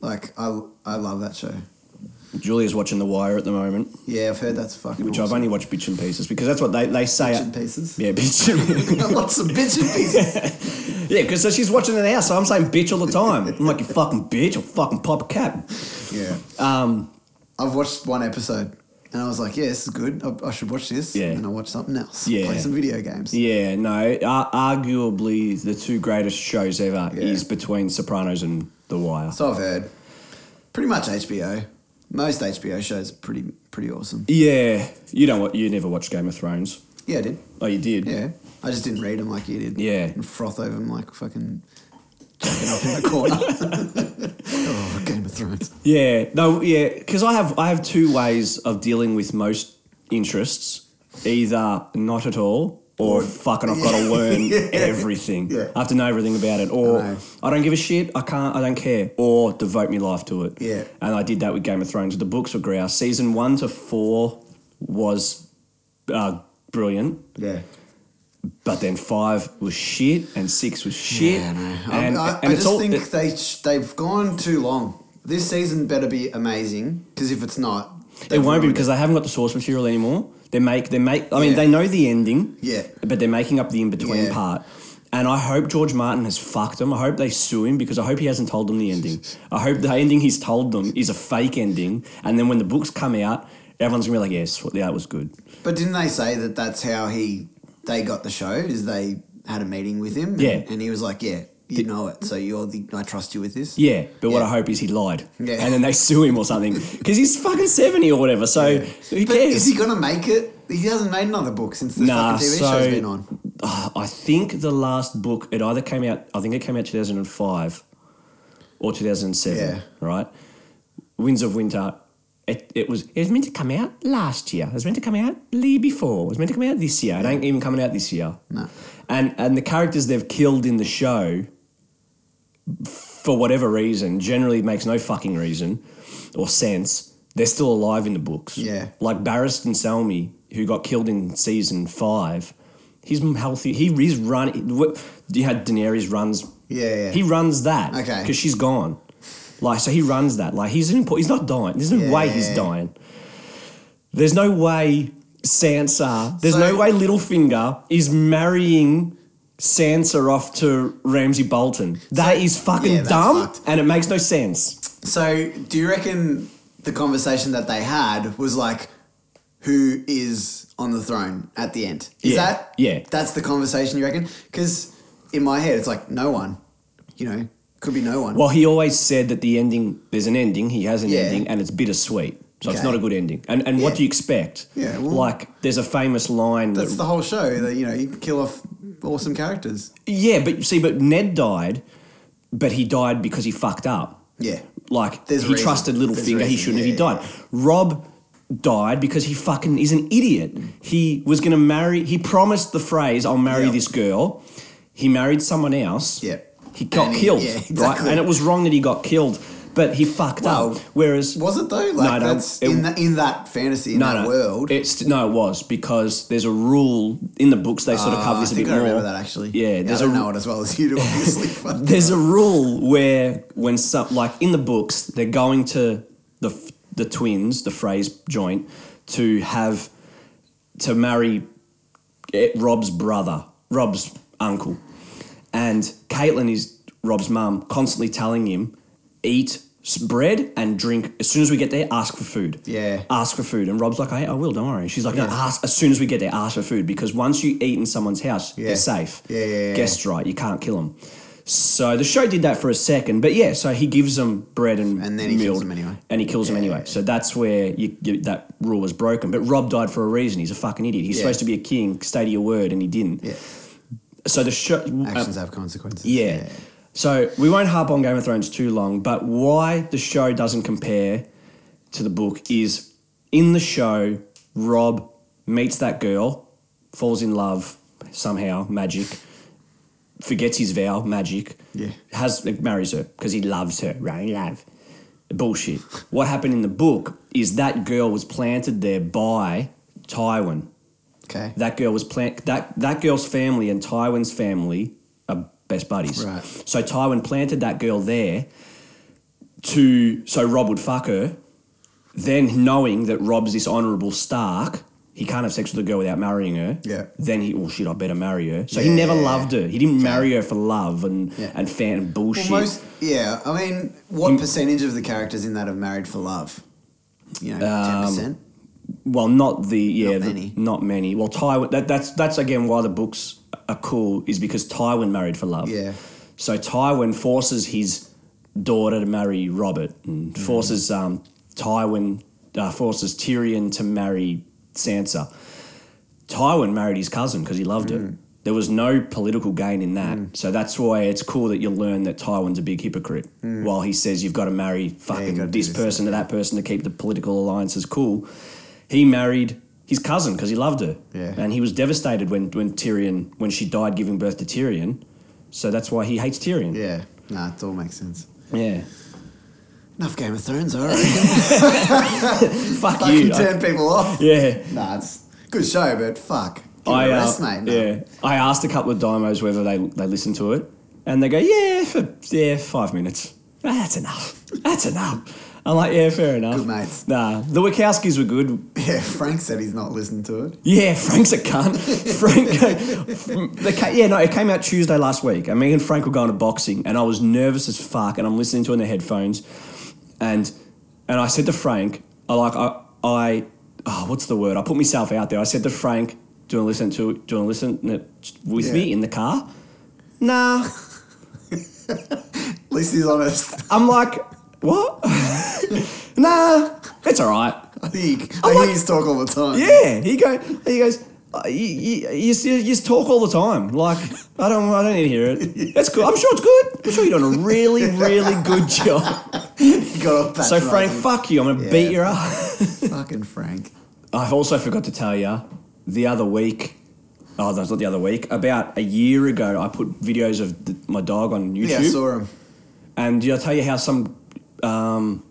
Speaker 1: Like I, I love that show.
Speaker 2: Julia's watching The Wire at the moment,
Speaker 1: Yeah, I've heard that's fucking.
Speaker 2: which I've
Speaker 1: awesome.
Speaker 2: only watched bits and pieces because that's what they they say.
Speaker 1: Bits and pieces.
Speaker 2: Yeah, bits and
Speaker 1: Lots of bits and pieces.
Speaker 2: yeah, because so she's watching it now, so I'm saying bitch all the time. I'm like, you fucking bitch, I'll fucking pop a cap.
Speaker 1: yeah.
Speaker 2: Um,
Speaker 1: I've watched one episode and I was like, yeah, this is good. I, I should watch this.
Speaker 2: Yeah.
Speaker 1: And I watched something else.
Speaker 2: Yeah.
Speaker 1: Play some video games.
Speaker 2: Yeah, no. Ar- arguably, the two greatest shows ever
Speaker 1: Yeah.
Speaker 2: is between Sopranos and The Wire.
Speaker 1: So I've heard. Pretty much HBO. Most HBO shows are pretty pretty awesome.
Speaker 2: Yeah, you don't. wa- You never watched Game of Thrones?
Speaker 1: Yeah, I did.
Speaker 2: Oh, you did.
Speaker 1: Yeah. I just didn't read them like you did.
Speaker 2: Yeah.
Speaker 1: And froth over them like fucking jacking off in the corner. oh, Game of Thrones.
Speaker 2: Yeah. No. Yeah. Because I have I have two ways of dealing with most interests: either not at all, or fucking I've got to learn everything.
Speaker 1: Yeah.
Speaker 2: I have to know everything about it, or
Speaker 1: I know.
Speaker 2: I don't give a shit. I can't. I don't care. Or devote my life to it.
Speaker 1: Yeah.
Speaker 2: And I did that with Game of Thrones. The books were grouse. Season one to four was uh, brilliant.
Speaker 1: Yeah.
Speaker 2: But then five was shit, and six was shit,
Speaker 1: Yeah, I know. I-
Speaker 2: and,
Speaker 1: Um, I, I
Speaker 2: and it's
Speaker 1: just
Speaker 2: all
Speaker 1: think
Speaker 2: it-
Speaker 1: they sh- they've gone too long. This season better be amazing because if it's not,
Speaker 2: It
Speaker 1: they've
Speaker 2: won't be
Speaker 1: ruined
Speaker 2: because they haven't got the source material anymore. They make they make. I mean,
Speaker 1: Yeah.
Speaker 2: they know the ending.
Speaker 1: Yeah.
Speaker 2: But they're making up the in between
Speaker 1: Yeah.
Speaker 2: part. And I hope George Martin has fucked them. I hope they sue him because I hope he hasn't told them the ending. I hope the ending he's told them is a fake ending. And then when the books come out, everyone's gonna be like, "Yes, what- yeah, that was good."
Speaker 1: But didn't they say that that's how he they got the show? Is they had a meeting with him? and-
Speaker 2: Yeah.
Speaker 1: and, he was like, "Yeah, you know it, so you're the I trust you with this."
Speaker 2: Yeah, but what
Speaker 1: Yeah.
Speaker 2: I hope is he lied,
Speaker 1: Yeah.
Speaker 2: and then they sue him or something because he's fucking seventy or whatever. So who
Speaker 1: but
Speaker 2: cares?
Speaker 1: is he gonna make it? He hasn't made another book since the
Speaker 2: Nah,
Speaker 1: fucking TV
Speaker 2: so
Speaker 1: show's been on.
Speaker 2: uh, I think the last book it either came out. I think it came out two thousand and five or two thousand and seven.
Speaker 1: Yeah.
Speaker 2: Right, Winds of Winter. It, it was it was meant to come out last year. It was meant to come out the year before. It was meant to come out this year. It ain't even coming out this year.
Speaker 1: No.
Speaker 2: And and the characters they've killed in the show, for whatever reason, generally makes no fucking reason or sense. They're still alive in the books.
Speaker 1: Yeah.
Speaker 2: Like Barristan Selmy, who got killed in season five, he's healthy. He, he's run. You had Daenerys runs.
Speaker 1: Yeah, yeah.
Speaker 2: He runs that.
Speaker 1: Okay.
Speaker 2: Because she's gone. Like so, he runs that. Like he's an impor- He's not dying. There's no way he's
Speaker 1: Yeah.
Speaker 2: dying. There's no way Sansa. There's
Speaker 1: So-
Speaker 2: no way Littlefinger is marrying Sansa off to Ramsay Bolton. That is fucking
Speaker 1: yeah, that's
Speaker 2: dumb,
Speaker 1: fucked.
Speaker 2: and it makes no sense.
Speaker 1: So, do you reckon the conversation that they had was like, who is on the throne at the end? Is
Speaker 2: Yeah,
Speaker 1: that
Speaker 2: yeah.
Speaker 1: That's the conversation you reckon? Because in my head, it's like no one. You know, could be no one.
Speaker 2: Well, he always said that the ending. There's an ending. He has an
Speaker 1: Yeah.
Speaker 2: ending, and it's bittersweet. So it's
Speaker 1: Okay.
Speaker 2: not a good ending. And and what
Speaker 1: Yeah.
Speaker 2: do you expect?
Speaker 1: Yeah, well-
Speaker 2: like there's a famous line
Speaker 1: That's
Speaker 2: that
Speaker 1: the whole show. That you know, you kill off awesome characters.
Speaker 2: Yeah, but see but Ned died, but he died because he fucked up.
Speaker 1: Yeah.
Speaker 2: Like
Speaker 1: There's
Speaker 2: he
Speaker 1: reason.
Speaker 2: trusted Littlefinger,
Speaker 1: There's
Speaker 2: he
Speaker 1: reason,
Speaker 2: shouldn't
Speaker 1: yeah,
Speaker 2: have. He died. Rob died because he fucking is an idiot. He was gonna marry. He promised the phrase, "I'll marry
Speaker 1: Yeah.
Speaker 2: this girl." He married someone else.
Speaker 1: Yeah.
Speaker 2: He got
Speaker 1: And he-
Speaker 2: killed,
Speaker 1: yeah,
Speaker 2: right?
Speaker 1: exactly.
Speaker 2: And it was wrong that he got killed, but he fucked
Speaker 1: Well,
Speaker 2: up. Whereas
Speaker 1: Was it though?
Speaker 2: No,
Speaker 1: Like
Speaker 2: no,
Speaker 1: that's
Speaker 2: it-
Speaker 1: in that in that fantasy in
Speaker 2: no,
Speaker 1: that
Speaker 2: no,
Speaker 1: world.
Speaker 2: It's no, it was because there's a rule in the books. They sort of cover
Speaker 1: Ah,
Speaker 2: this
Speaker 1: I
Speaker 2: a
Speaker 1: think
Speaker 2: bit
Speaker 1: I
Speaker 2: more.
Speaker 1: remember that actually.
Speaker 2: Yeah,
Speaker 1: I
Speaker 2: there's a
Speaker 1: don't
Speaker 2: ru-
Speaker 1: know it as well as you do, obviously. but-
Speaker 2: There's a rule where when some like in the books they're going to the f- the twins, the phrase joint, to have to marry eh, Rob's brother, Rob's uncle, and Caitlin is Rob's mum, constantly telling him eat s- bread and drink as soon as we get there ask for food
Speaker 1: Yeah.
Speaker 2: ask for food and rob's like hey, i will don't worry she's like no
Speaker 1: Yeah.
Speaker 2: ask as soon as we get there ask for food because once you eat in someone's house
Speaker 1: Yeah.
Speaker 2: they're safe
Speaker 1: Yeah, yeah, yeah.
Speaker 2: guest right. You can't kill him. So the show did that for a second, but yeah. So he gives them bread and
Speaker 1: And then he
Speaker 2: milk,
Speaker 1: kills them anyway.
Speaker 2: And he kills them
Speaker 1: Yeah,
Speaker 2: anyway.
Speaker 1: yeah,
Speaker 2: So that's where you, you, that rule was broken. But Rob died for a reason. He's a fucking idiot. He's
Speaker 1: Yeah.
Speaker 2: supposed to be a king. Stay to your word, and he didn't.
Speaker 1: yeah.
Speaker 2: So the show. uh,
Speaker 1: Actions have consequences.
Speaker 2: yeah. So we won't harp on Game of Thrones too long, but why the show doesn't compare to the book is in the show, Rob meets that girl, falls in love somehow, magic, forgets his vow, magic,
Speaker 1: Yeah.
Speaker 2: has marries her because he loves her, right? Love. Bullshit. What happened in the book is that girl was planted there by Tywin
Speaker 1: Okay.
Speaker 2: that girl was plan- that that girl's family and Tywin's family are best buddies.
Speaker 1: Right.
Speaker 2: So Tywin planted that girl there to so Rob would fuck her. Then knowing that Rob's this honourable Stark, he can't have sex with a girl without marrying her.
Speaker 1: Yeah.
Speaker 2: Then he oh shit, I better marry her. So he
Speaker 1: Yeah.
Speaker 2: never loved her. He didn't marry her for love and
Speaker 1: Yeah.
Speaker 2: and fan and bullshit.
Speaker 1: Well, most, yeah. I mean, what percentage of the characters in that have married for love? You know,
Speaker 2: Um,
Speaker 1: ten percent.
Speaker 2: Well, not the yeah, the-
Speaker 1: many.
Speaker 2: not many. Well, Tywin. That, that's that's again why the books are cool is because Tywin married for love.
Speaker 1: Yeah.
Speaker 2: So Tywin forces his daughter to marry Robert, and forces um, Tywin uh, forces Tyrion to marry Sansa. Tywin married his cousin because he loved
Speaker 1: Mm.
Speaker 2: her. There was no political gain in that. So that's why it's cool that you learn that Tywin's a big hypocrite. While he says you've got to marry fucking
Speaker 1: Mm. gotta do
Speaker 2: this
Speaker 1: this,
Speaker 2: person to that person to keep the political alliances cool, he married his cousin because he loved her.
Speaker 1: Yeah.
Speaker 2: And he was devastated when, when Tyrion, when she died giving birth to Tyrion. So that's why he hates Tyrion.
Speaker 1: Yeah. Nah, it all makes sense.
Speaker 2: Yeah.
Speaker 1: Enough Game of Thrones, all right.
Speaker 2: Fuck
Speaker 1: Fucking
Speaker 2: you. I-
Speaker 1: turn people off.
Speaker 2: yeah.
Speaker 1: Nah, it's a good show, but fuck. Give
Speaker 2: I,
Speaker 1: it a
Speaker 2: uh,
Speaker 1: rest, mate. No.
Speaker 2: Yeah, I asked a couple of dimos whether they they listened to it, and they go, "Yeah, for yeah, five minutes. Ah, That's enough. That's enough." I'm like, "Yeah, fair enough."
Speaker 1: Good mates.
Speaker 2: Nah, the Wachowskis were good.
Speaker 1: Yeah, Frank said he's not listening to it.
Speaker 2: Yeah, Frank's a cunt. Frank, the ca- yeah, no, it came out Tuesday last week, and me and Frank were going to boxing, and I was nervous as fuck, and I'm listening to it in the headphones, and and I said to Frank, I like I I oh, what's the word? I put myself out there. I said to Frank, "Do you want to listen to? Do you want to listen it with me
Speaker 1: Yeah.
Speaker 2: in the car?" Nah,
Speaker 1: At least he's honest.
Speaker 2: I'm like, what? nah, it's all right.
Speaker 1: I think
Speaker 2: I'm
Speaker 1: I
Speaker 2: like-
Speaker 1: hear his talk all the time.
Speaker 2: Yeah, he go. He goes. "Uh, You, you, you, s- you just talk all the time. Like I don't. I don't need to hear it. That's cool. I'm sure it's good. I'm sure you're doing a really, really good job.
Speaker 1: He got off that.
Speaker 2: So Frank, fuck you. I'm gonna beat
Speaker 1: Yeah.
Speaker 2: your ass.
Speaker 1: fucking Frank.
Speaker 2: I've also forgot to tell you, the other week. Oh, that's not the other week. About a year ago, I put videos of th- my dog on YouTube.
Speaker 1: Yeah, I saw him.
Speaker 2: And did I tell you how some um,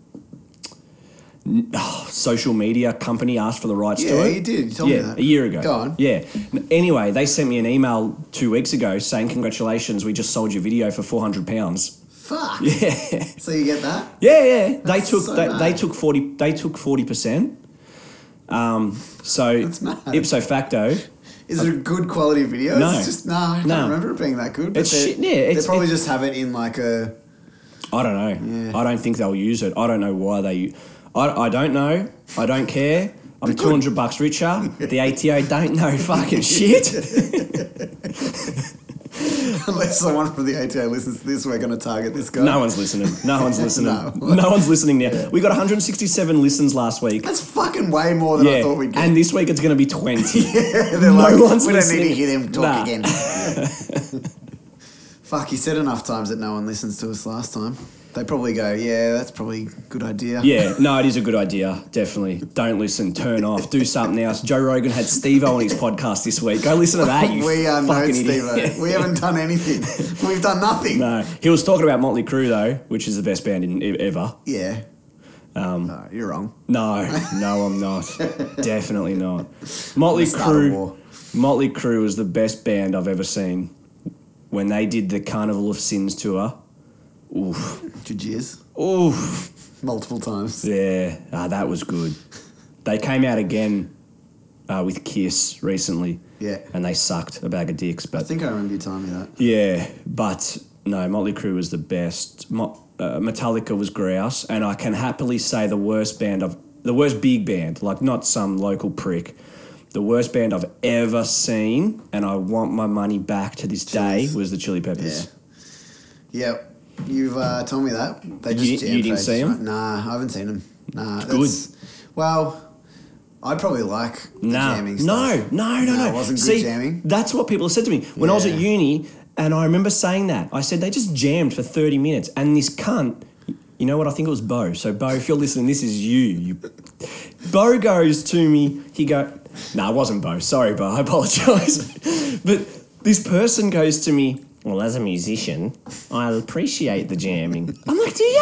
Speaker 2: n- oh, social media company asked for the rights to
Speaker 1: Yeah,
Speaker 2: it?
Speaker 1: you did. You told me
Speaker 2: yeah,
Speaker 1: that.
Speaker 2: a year ago.
Speaker 1: Go on.
Speaker 2: Yeah. N- Anyway, they sent me an email two weeks ago saying, "Congratulations, we just sold your video for four hundred pounds."
Speaker 1: Fuck.
Speaker 2: Yeah,
Speaker 1: So you get that?
Speaker 2: yeah. They
Speaker 1: That's
Speaker 2: took
Speaker 1: so
Speaker 2: they,
Speaker 1: mad.
Speaker 2: they took forty they took forty percent. Um, so
Speaker 1: That's mad.
Speaker 2: ipso facto,
Speaker 1: Is it a good quality video?
Speaker 2: No.
Speaker 1: It's just, nah, I don't
Speaker 2: No.
Speaker 1: remember it being that good. but
Speaker 2: It's
Speaker 1: they-
Speaker 2: shit, yeah, it's-
Speaker 1: they probably just have it in like a.
Speaker 2: I don't know.
Speaker 1: Yeah.
Speaker 2: I don't think they'll use it. I don't know why they. I, I don't know. I don't care. I'm 200 bucks richer. The ATO don't know fucking shit.
Speaker 1: Unless someone from the ATA listens to this, we're going to target this guy.
Speaker 2: No one's listening. No one's listening.
Speaker 1: No.
Speaker 2: no. one's listening now. We got 167 listens last week.
Speaker 1: That's fucking way more than
Speaker 2: Yeah,
Speaker 1: I thought we'd get.
Speaker 2: and this week it's going to be 20.
Speaker 1: They're
Speaker 2: no
Speaker 1: like,
Speaker 2: one's
Speaker 1: we don't need to
Speaker 2: listening."
Speaker 1: hear them talk
Speaker 2: Nah.
Speaker 1: again. Fuck, he said enough times that no one listens to us last time. They probably go, yeah, that's probably a good idea.
Speaker 2: Yeah, no, it is a good idea. Definitely. Don't listen. Turn off. Do something else. Joe Rogan had Steve O on his podcast this week. Go listen to that. You
Speaker 1: we are no
Speaker 2: fucking idiot.
Speaker 1: Steve. uh, We haven't done anything. We've done nothing.
Speaker 2: No, he was talking about Motley Crue though, which is the best band in, e- ever.
Speaker 1: Yeah.
Speaker 2: Um.
Speaker 1: no, you're wrong.
Speaker 2: No, no, I'm not. Definitely not. Motley
Speaker 1: start a war.
Speaker 2: Crue. Motley Crue was the best band I've ever seen. When they did the Carnival of Sins tour, oof,
Speaker 1: To jizz
Speaker 2: oof.
Speaker 1: multiple times.
Speaker 2: Yeah, ah, that was good. They came out again uh, with Kiss recently.
Speaker 1: Yeah.
Speaker 2: and they sucked a bag of dicks.
Speaker 1: I
Speaker 2: But
Speaker 1: think I remember you telling me that.
Speaker 2: yeah, but no, Motley Crue was the best. Mo- uh, Metallica was grouse, and I can happily say the worst band I've, the worst big band, like not some local prick, the worst band I've ever seen, and I want my money back to this day
Speaker 1: Jeez.
Speaker 2: was the Chili
Speaker 1: Yeah.
Speaker 2: Peppers.
Speaker 1: Yeah. You've uh, told me that. They
Speaker 2: You
Speaker 1: just
Speaker 2: didn't- you didn't
Speaker 1: jam-faced,
Speaker 2: see 'em?
Speaker 1: right? Nah, I haven't seen them. Nah.
Speaker 2: Good.
Speaker 1: that's- Well, I probably like the
Speaker 2: Nah,
Speaker 1: jamming
Speaker 2: no,
Speaker 1: stuff.
Speaker 2: no, no,
Speaker 1: Nah,
Speaker 2: no.
Speaker 1: it wasn't good
Speaker 2: See,
Speaker 1: jamming.
Speaker 2: that's what people said to me when I was at
Speaker 1: Yeah.
Speaker 2: uni, and I remember saying that. I said they just jammed for thirty minutes, and this cunt. You know what? I think it was Bo. So Bo, if you're listening, this is you. you Bo goes to me. He go, no, it wasn't Bo. Sorry, Bo. I apologise. but this person goes to me. Well, as a musician, I appreciate the jamming. I'm like, do ya?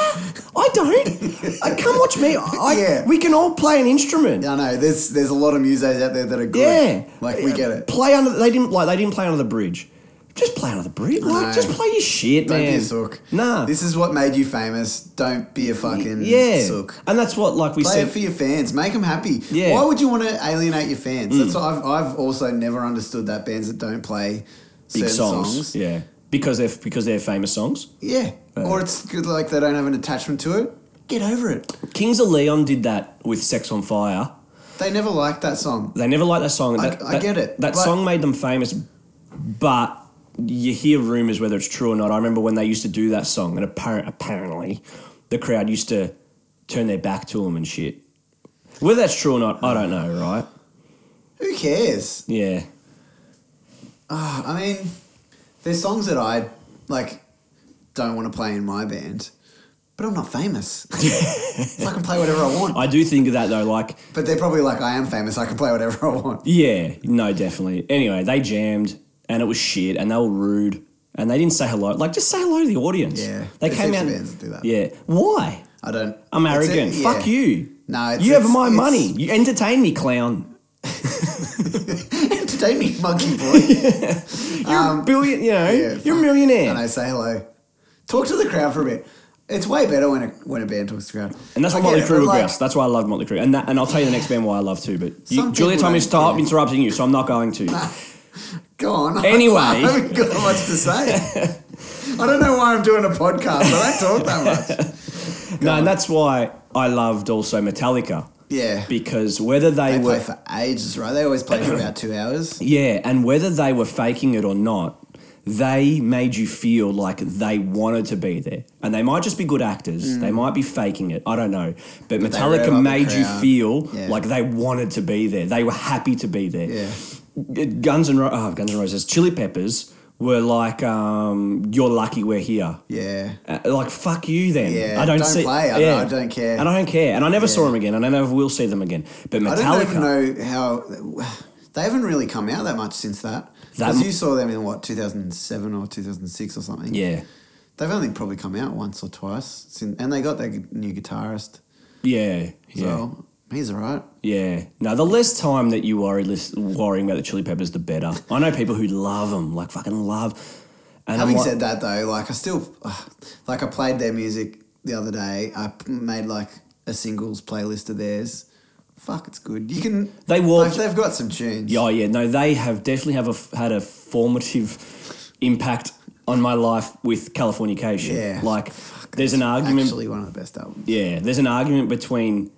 Speaker 2: I don't. I, come watch me. I,
Speaker 1: Yeah.
Speaker 2: We can all play an instrument.
Speaker 1: Yeah, I know. There's there's a lot of musos out there that are good.
Speaker 2: Yeah,
Speaker 1: Like we get it.
Speaker 2: Play under. They didn't like. They didn't play under the bridge. Just play under the bridge. Like,
Speaker 1: know.
Speaker 2: just play your shit,
Speaker 1: Don't
Speaker 2: man.
Speaker 1: be a sook.
Speaker 2: Nah.
Speaker 1: This is what made you famous. Don't be a fucking
Speaker 2: yeah,
Speaker 1: sook.
Speaker 2: and that's what like we
Speaker 1: Play
Speaker 2: said.
Speaker 1: it for your fans. Make them happy.
Speaker 2: Yeah. Mm.
Speaker 1: Why would you want to alienate your fans? That's what I've, I've also never understood that bands that don't play
Speaker 2: big
Speaker 1: certain
Speaker 2: songs.
Speaker 1: songs.
Speaker 2: Yeah, because they're because they're famous songs.
Speaker 1: Yeah. or it's good like they don't have an attachment to it. Get over it.
Speaker 2: Kings of Leon did that with Sex on Fire.
Speaker 1: They never liked that song.
Speaker 2: They never liked that song.
Speaker 1: I-
Speaker 2: That-
Speaker 1: I
Speaker 2: that-
Speaker 1: get it,
Speaker 2: That
Speaker 1: but-
Speaker 2: song made them famous, but you hear rumors whether it's true or not. I remember when they used to do that song, and appar- apparently the crowd used to turn their back to them and shit. Whether that's true or not, I don't know, right?
Speaker 1: Who cares?
Speaker 2: Yeah.
Speaker 1: Ah, I mean, there's songs that I like don't want to play in my band, but I'm not famous. so I can play whatever I want.
Speaker 2: I do think of that though, like,
Speaker 1: But they're probably like, I am famous. I can play whatever I want.
Speaker 2: yeah, no, definitely. Anyway, they jammed and it was shit and they were rude and they didn't say hello. Like, just say hello to the audience.
Speaker 1: Yeah,
Speaker 2: They
Speaker 1: there's
Speaker 2: came
Speaker 1: heaps
Speaker 2: out.
Speaker 1: of bands that do that.
Speaker 2: Yeah. Why?
Speaker 1: I don't.
Speaker 2: I'm
Speaker 1: it's a-
Speaker 2: arrogant.
Speaker 1: yeah.
Speaker 2: Fuck you.
Speaker 1: No, it's,
Speaker 2: you have
Speaker 1: it's-
Speaker 2: my
Speaker 1: it's-
Speaker 2: money. You entertain me, clown.
Speaker 1: Entertain me, monkey boy.
Speaker 2: You're a billion, you know,
Speaker 1: Um, yeah,
Speaker 2: you're a
Speaker 1: fuck.
Speaker 2: millionaire.
Speaker 1: and I say hello. Talk to the crowd for a bit. It's way better when a when a band talks to the crowd.
Speaker 2: And that's
Speaker 1: I
Speaker 2: what Motley
Speaker 1: get it, but
Speaker 2: Crue
Speaker 1: like,
Speaker 2: regrets. That's why I love Motley Crue. And that, and I'll tell you the next band why I love too. But you,
Speaker 1: Some
Speaker 2: Julia
Speaker 1: people
Speaker 2: told me to
Speaker 1: don't
Speaker 2: stop
Speaker 1: care.
Speaker 2: interrupting you, so I'm not going to.
Speaker 1: Go on.
Speaker 2: Anyway.
Speaker 1: I haven't got much to say. I don't know why I'm doing a podcast. I don't talk that much.
Speaker 2: no, and that's why I loved also Metallica
Speaker 1: Yeah.
Speaker 2: because whether they,
Speaker 1: They
Speaker 2: were
Speaker 1: play for ages, right? They always play for about two hours.
Speaker 2: Yeah, and whether they were faking it or not, they made you feel like they wanted to be there. And they might just be good actors. They might be faking it. I don't know. But,
Speaker 1: Mm. they rev up
Speaker 2: Metallica
Speaker 1: the
Speaker 2: made you
Speaker 1: crowd.
Speaker 2: feel
Speaker 1: Yeah.
Speaker 2: like they wanted to be there. They were happy to be there.
Speaker 1: Yeah.
Speaker 2: Uh, Guns and Ro- oh, Guns and Roses, Chili Peppers were like, um, "You're lucky we're here."
Speaker 1: Yeah.
Speaker 2: Uh, like fuck you then.
Speaker 1: Yeah,
Speaker 2: I don't,
Speaker 1: don't
Speaker 2: see.
Speaker 1: play. I don't- I don't care.
Speaker 2: And I don't care. And I never saw them again. And I never will see them again. But Metallica.
Speaker 1: I don't even know how they haven't really come out that much since that.
Speaker 2: That
Speaker 1: Because
Speaker 2: m-
Speaker 1: you saw them in what 2007 or 2006 or something.
Speaker 2: Yeah.
Speaker 1: they've only probably come out once or twice since, and they got their g- new guitarist.
Speaker 2: Yeah. Yeah.
Speaker 1: So he's alright.
Speaker 2: Yeah. No, the less time that you worry, less worrying about the Chili Peppers, the better. I know people who love them, like fucking love. And
Speaker 1: Having
Speaker 2: like-
Speaker 1: said that though, like I still like I played their music the other day. I p- made like a singles playlist of theirs. Fuck, it's good. You can
Speaker 2: They
Speaker 1: like
Speaker 2: walked-
Speaker 1: they've got some tunes.
Speaker 2: oh yeah, no, they have definitely have a f had a formative impact on my life with Californication.
Speaker 1: Yeah.
Speaker 2: Like, there's an argument.
Speaker 1: Actually, one of the best albums.
Speaker 2: Yeah, there's an argument between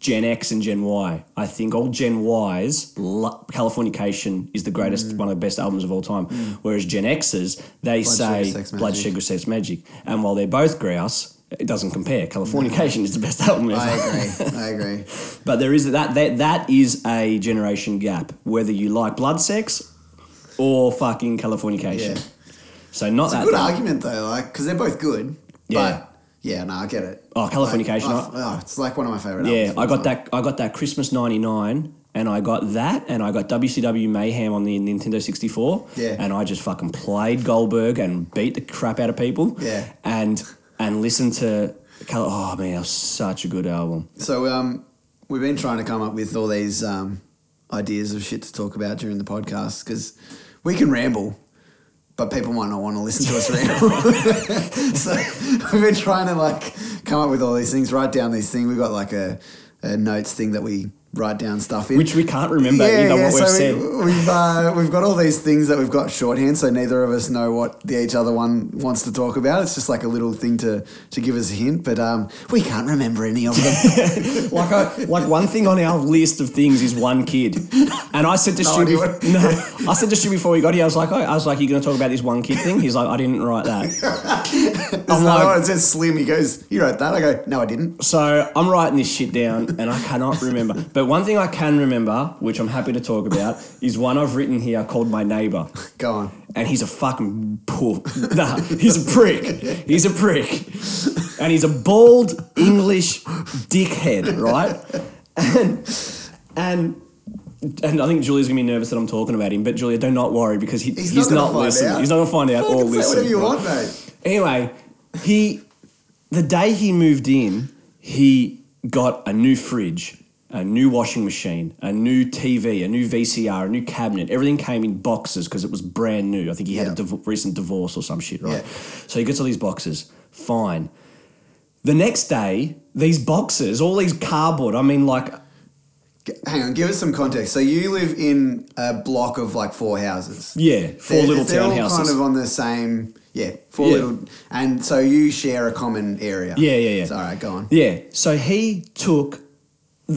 Speaker 2: Gen X and Gen Y. I think all Gen Ys, lo- Californication is the greatest,
Speaker 1: Mm.
Speaker 2: one of the best albums of all time. Whereas Gen Xs, they say
Speaker 1: Sugar, Sex,
Speaker 2: Blood
Speaker 1: Magic.
Speaker 2: Sugar Sex Magic. And while they're both grouse, it doesn't compare. Californication is the best album ever.
Speaker 1: Mm. I agree. I agree.
Speaker 2: But there is that, that that is a generation gap, whether you like blood sex or fucking Californication.
Speaker 1: Yeah.
Speaker 2: So not that
Speaker 1: Good
Speaker 2: bad.
Speaker 1: argument though, like because they're both good.
Speaker 2: Yeah.
Speaker 1: But yeah, no, I get it.
Speaker 2: Oh, Californication,
Speaker 1: Like, I- oh, it's like one of my favorite.
Speaker 2: Yeah,
Speaker 1: albums.
Speaker 2: I got that. I got that Christmas '99, and I got that, and I got WCW Mayhem on the Nintendo 64.
Speaker 1: Yeah.
Speaker 2: and I just fucking played Goldberg and beat the crap out of people.
Speaker 1: Yeah.
Speaker 2: and and listened to. Cal- Oh man, that was such a good album.
Speaker 1: So um, we've been trying to come up with all these um, ideas of shit to talk about during the podcast because we can ramble, but people might not want to listen to us ramble. so we've been trying to like come up with all these things, write down these things. We've got like a, a notes thing that we write down stuff in.
Speaker 2: Which we can't remember either what we've
Speaker 1: so
Speaker 2: said.
Speaker 1: we- We've, uh, we've got all these things that we've got shorthand, so neither of us know what the each other one wants to talk about. It's just like a little thing to, to give us a hint, but um, we can't remember any of them.
Speaker 2: like I, like one thing on our list of things is one kid, and I said to
Speaker 1: No
Speaker 2: Stu,
Speaker 1: idea
Speaker 2: bef-
Speaker 1: what-
Speaker 2: no, I said to Stu before we got here, I was like, oh, I was like, you going to talk about this one kid thing? He's like, I didn't write that.
Speaker 1: There's another
Speaker 2: like-
Speaker 1: one that says Slim. He goes, You wrote that? I go, No, I didn't.
Speaker 2: So I'm writing this shit down, and I cannot remember. But one thing I can remember, which I'm happy to talk about, is one I've written here called my neighbor.
Speaker 1: Go on.
Speaker 2: and he's a fucking poor. Nah, he's a prick. He's a prick, and he's a bald English dickhead, right? And and and I think Julia's gonna be nervous that I'm talking about him, but Julia, do not worry because he, he's,
Speaker 1: He's not gonna
Speaker 2: not,
Speaker 1: find
Speaker 2: listening.
Speaker 1: out.
Speaker 2: He's not gonna find out or
Speaker 1: Fucking say
Speaker 2: listen.
Speaker 1: whatever you want, mate.
Speaker 2: Anyway, he the day he moved in, he got a new fridge, a new washing machine, a new TV, a new VCR, a new cabinet. Everything came in boxes because it was brand new. I think he had
Speaker 1: Yeah.
Speaker 2: a div- recent divorce or some shit, right?
Speaker 1: Yeah.
Speaker 2: So he gets all these boxes. Fine. The next day, these boxes, all these cardboard, I mean, like,
Speaker 1: G- Hang on, give us some context. So you live in a block of like four houses.
Speaker 2: yeah, 4
Speaker 1: They're-
Speaker 2: little
Speaker 1: they're
Speaker 2: townhouses.
Speaker 1: all kind of on the same. Yeah, four
Speaker 2: Yeah.
Speaker 1: little. And so you share a common area.
Speaker 2: Yeah, yeah, yeah.
Speaker 1: So, all right, go on.
Speaker 2: Yeah. So he took.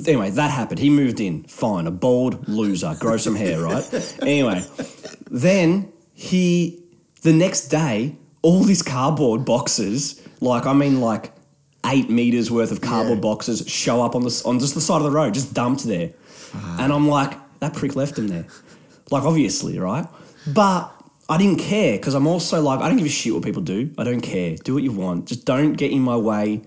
Speaker 2: Anyway, that happened. He moved in. Fine. A bald loser. Grow some hair, right? Anyway, then he. The next day, all these cardboard boxes, like, I mean, like eight meters worth of cardboard
Speaker 1: Yeah.
Speaker 2: boxes, show up on, the, s- on just the side of the road, just dumped there. And I'm like, that prick left them there. Like, obviously, right? But I didn't care because I'm also like, I don't give a shit what people do. I don't care. Do what you want. Just don't get in my way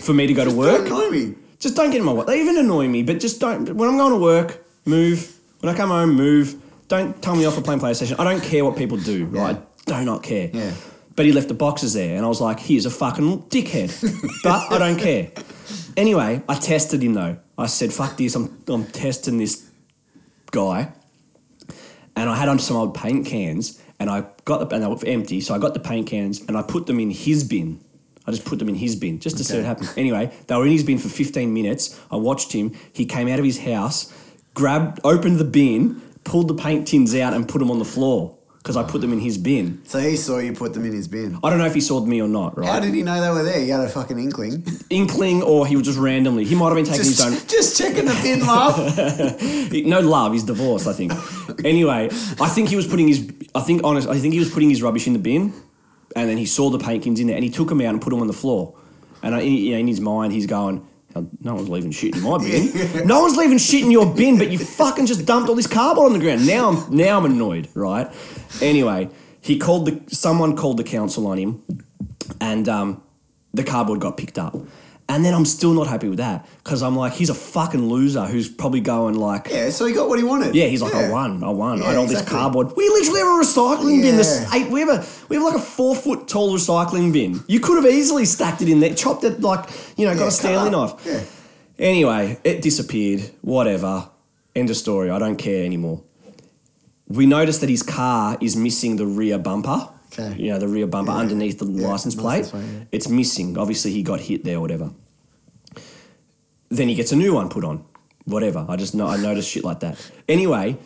Speaker 2: for me to go to
Speaker 1: Don't
Speaker 2: work.
Speaker 1: annoy me.
Speaker 2: Just don't get in my way. They even annoy me, but just don't. When I'm going to work, move. When I come home, move. Don't tell me off for playing PlayStation. I don't care what people do,
Speaker 1: Yeah.
Speaker 2: right? I do not care.
Speaker 1: Yeah.
Speaker 2: But he left the boxes there, and I was like, he's a fucking dickhead. but I don't care. Anyway, I tested him though. I said, fuck this, I'm, I'm testing this guy. And I had on some old paint cans, and I got the, and they were empty, so I got the paint cans and I put them in his bin. I just put them in his bin just to see what
Speaker 1: Okay.
Speaker 2: happened. Anyway, they were in his bin for 15 minutes. I watched him. He came out of his house, grabbed, opened the bin, pulled the paint tins out, and put them on the floor because I put them in his bin.
Speaker 1: So he saw you put them in his bin.
Speaker 2: I don't know if he saw me or not,
Speaker 1: How
Speaker 2: right?
Speaker 1: did he know they were there? You had a fucking inkling.
Speaker 2: Inkling, or he was just randomly. He might have been taking his own.
Speaker 1: Just, just checking the bin, love.
Speaker 2: No love, he's divorced, I think. anyway, I think he was putting his. I think honest. I think he was putting his rubbish in the bin, and then he saw the paintings in there, and he took them out and put them on the floor. And I, you know, in his mind, he's going. "Hell, No one's leaving shit in my bin. No one's leaving shit in your bin, but you fucking just dumped all this cardboard on the ground. Now I'm now I'm annoyed, right? Anyway, he called the someone called the council on him and um, the cardboard got picked up. And then I'm still not happy with that because I'm like, he's a fucking loser who's probably going like, yeah,
Speaker 1: yeah, so he got what he wanted.
Speaker 2: he's like, I won, I won, I
Speaker 1: Yeah,
Speaker 2: had all this
Speaker 1: exactly.
Speaker 2: cardboard. We literally have a recycling bin. This
Speaker 1: Yeah.
Speaker 2: eight, we have a we have like a four foot tall recycling bin. You could have easily stacked it in there, chopped it like, you know, got
Speaker 1: Yeah,
Speaker 2: a Stanley
Speaker 1: cut
Speaker 2: knife.
Speaker 1: up. Yeah.
Speaker 2: Anyway, it disappeared. Whatever. End of story. I don't care anymore. We noticed that his car is missing the rear bumper.
Speaker 1: Okay.
Speaker 2: You know, the rear bumper
Speaker 1: Yeah.
Speaker 2: underneath the
Speaker 1: Yeah,
Speaker 2: license plate.
Speaker 1: license plate, yeah.
Speaker 2: It's missing. Obviously, he got hit there or whatever. Then he gets a new one put on. Whatever. I just know I noticed shit like that. Anyway,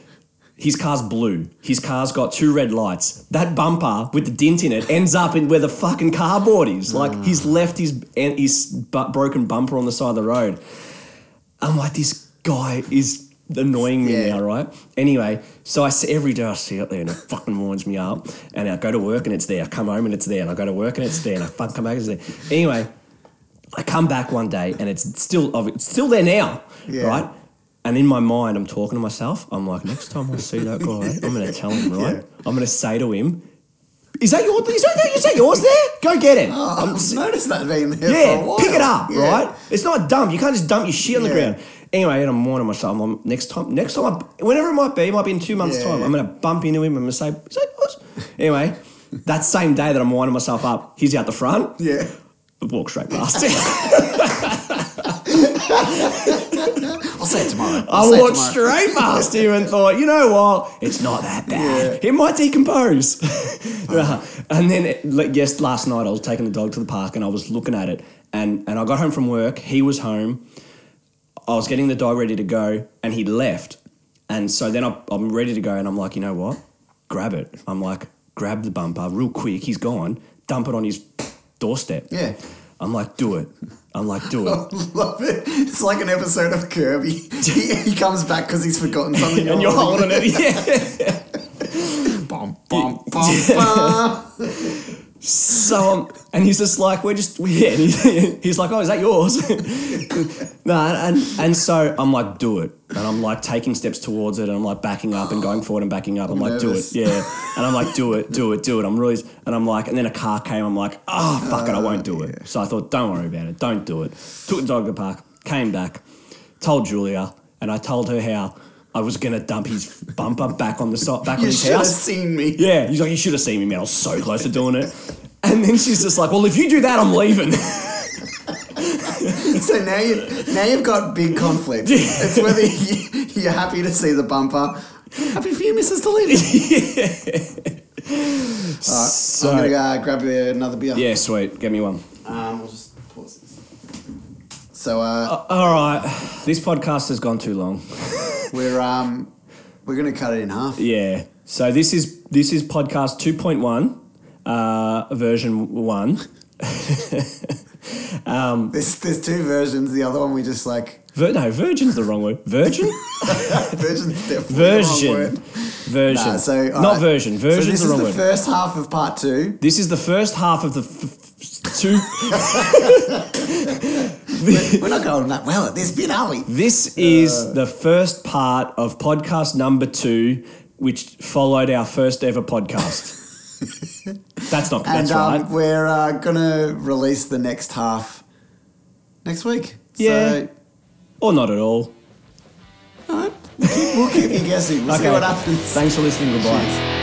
Speaker 2: his car's blue. His car's got two red lights. That bumper with the dint in it ends up in where the fucking
Speaker 1: Ah.
Speaker 2: cardboard is. Like he's left his and his bu- broken bumper on the side of the road. I'm like, this guy is annoying me
Speaker 1: Yeah.
Speaker 2: now, right? Anyway, so I see every day I see it there and it fucking winds me up. And I go to work and it's there. I come home and it's there. And I go to work and it's there. And I fucking come back and it's there. Anyway, I come back one day and it's still it's still there now,
Speaker 1: Yeah.
Speaker 2: right? And in my mind, I'm talking to myself. I'm like, next time I see that guy, I'm going to tell him, right? I'm going to say to him, "Is that your? Is that, is that yours there? Go get it."
Speaker 1: Oh, I've noticed that being there for a
Speaker 2: Yeah,
Speaker 1: while.
Speaker 2: pick it up,
Speaker 1: Yeah.
Speaker 2: right? It's not a dump. You can't just dump your shit on the
Speaker 1: Yeah.
Speaker 2: ground. Anyway, and I'm warning myself. I'm next time, next time, I, whenever it might be, it might be in two months'
Speaker 1: Yeah.
Speaker 2: time. I'm gonna bump into him. I'm gonna say, "Is that yours?" Anyway, that same day that I'm winding myself up, he's out the front.
Speaker 1: Yeah.
Speaker 2: Walk straight past him.
Speaker 1: I'll say it tomorrow.
Speaker 2: I
Speaker 1: I'll say it
Speaker 2: walked
Speaker 1: tomorrow.
Speaker 2: straight past him and thought, you know what? It's not that bad. It might decompose. Nah. and then, it- like, yes, last night I was taking the dog to the park and I was looking at it. And, and I got home from work. He was home. I was getting the dog ready to go and he left. And so then I, I'm ready to go and I'm like, you know what? Grab it. I'm like, grab the bumper real quick. He's gone. Dump it on his doorstep.
Speaker 1: Yeah.
Speaker 2: I'm like, do it. I'm like, do it.
Speaker 1: Love it. It's like an episode of Kirby. He, he comes back because he's forgotten something.
Speaker 2: and you're holding it. Yeah.
Speaker 1: Bum, bum, bum, bum.
Speaker 2: So, um, and he's just like, we're just, yeah. And he, he's like, oh, is that yours? no, and, and so I'm like, do it. And I'm like taking steps towards it and I'm like backing up and going forward and backing up. I'm, like,
Speaker 1: nervous.
Speaker 2: do it. Yeah. And I'm like, do it, do it, do it. I'm really, and I'm like, and then a car came. I'm like, oh, fuck it, I won't do it. So I thought, don't worry about it. Don't do it. Took the dog to the park, came back, told Julia, and I told her how I was going to dump his bumper back on the side, back on
Speaker 1: You
Speaker 2: his
Speaker 1: should have
Speaker 2: house.
Speaker 1: seen me.
Speaker 2: Yeah, he's like, you should have seen me, man. I was so close to doing it. And then she's just like, well, if you do that, I'm leaving.
Speaker 1: So now you now you've got big conflict. It's whether you, you're happy to see the bumper. Happy for you, Mrs. Delaney.
Speaker 2: so,
Speaker 1: I'm gonna go, uh, grab you another beer.
Speaker 2: yeah, sweet. Get me one.
Speaker 1: Um, we'll just pause this. So uh,
Speaker 2: Uh, all right. This podcast has gone too long.
Speaker 1: we're um, we're gonna cut it in half.
Speaker 2: Yeah. So this is this is podcast 2.1, uh, version one.
Speaker 1: There's there's two versions. The other one we just like
Speaker 2: Vir- no, virgin's the wrong word. Virgin?
Speaker 1: version's definitely the wrong
Speaker 2: Version.
Speaker 1: word.
Speaker 2: Version.
Speaker 1: Nah, so all
Speaker 2: Not
Speaker 1: right.
Speaker 2: version.
Speaker 1: So
Speaker 2: Version's
Speaker 1: this
Speaker 2: the
Speaker 1: is
Speaker 2: wrong
Speaker 1: the
Speaker 2: word.
Speaker 1: first half of part two.
Speaker 2: this is the first half of the f- f- two.
Speaker 1: We're not going that well at this bit, are we?
Speaker 2: This is the first part of podcast number two, which followed our first ever podcast. that's not.
Speaker 1: And
Speaker 2: That's
Speaker 1: um,
Speaker 2: right.
Speaker 1: we're uh, gonna release the next half next week.
Speaker 2: Yeah.
Speaker 1: So,
Speaker 2: Or not at all.
Speaker 1: We'll keep you guessing. We'll see what happens.
Speaker 2: Thanks for listening. Goodbye.
Speaker 1: Cheers.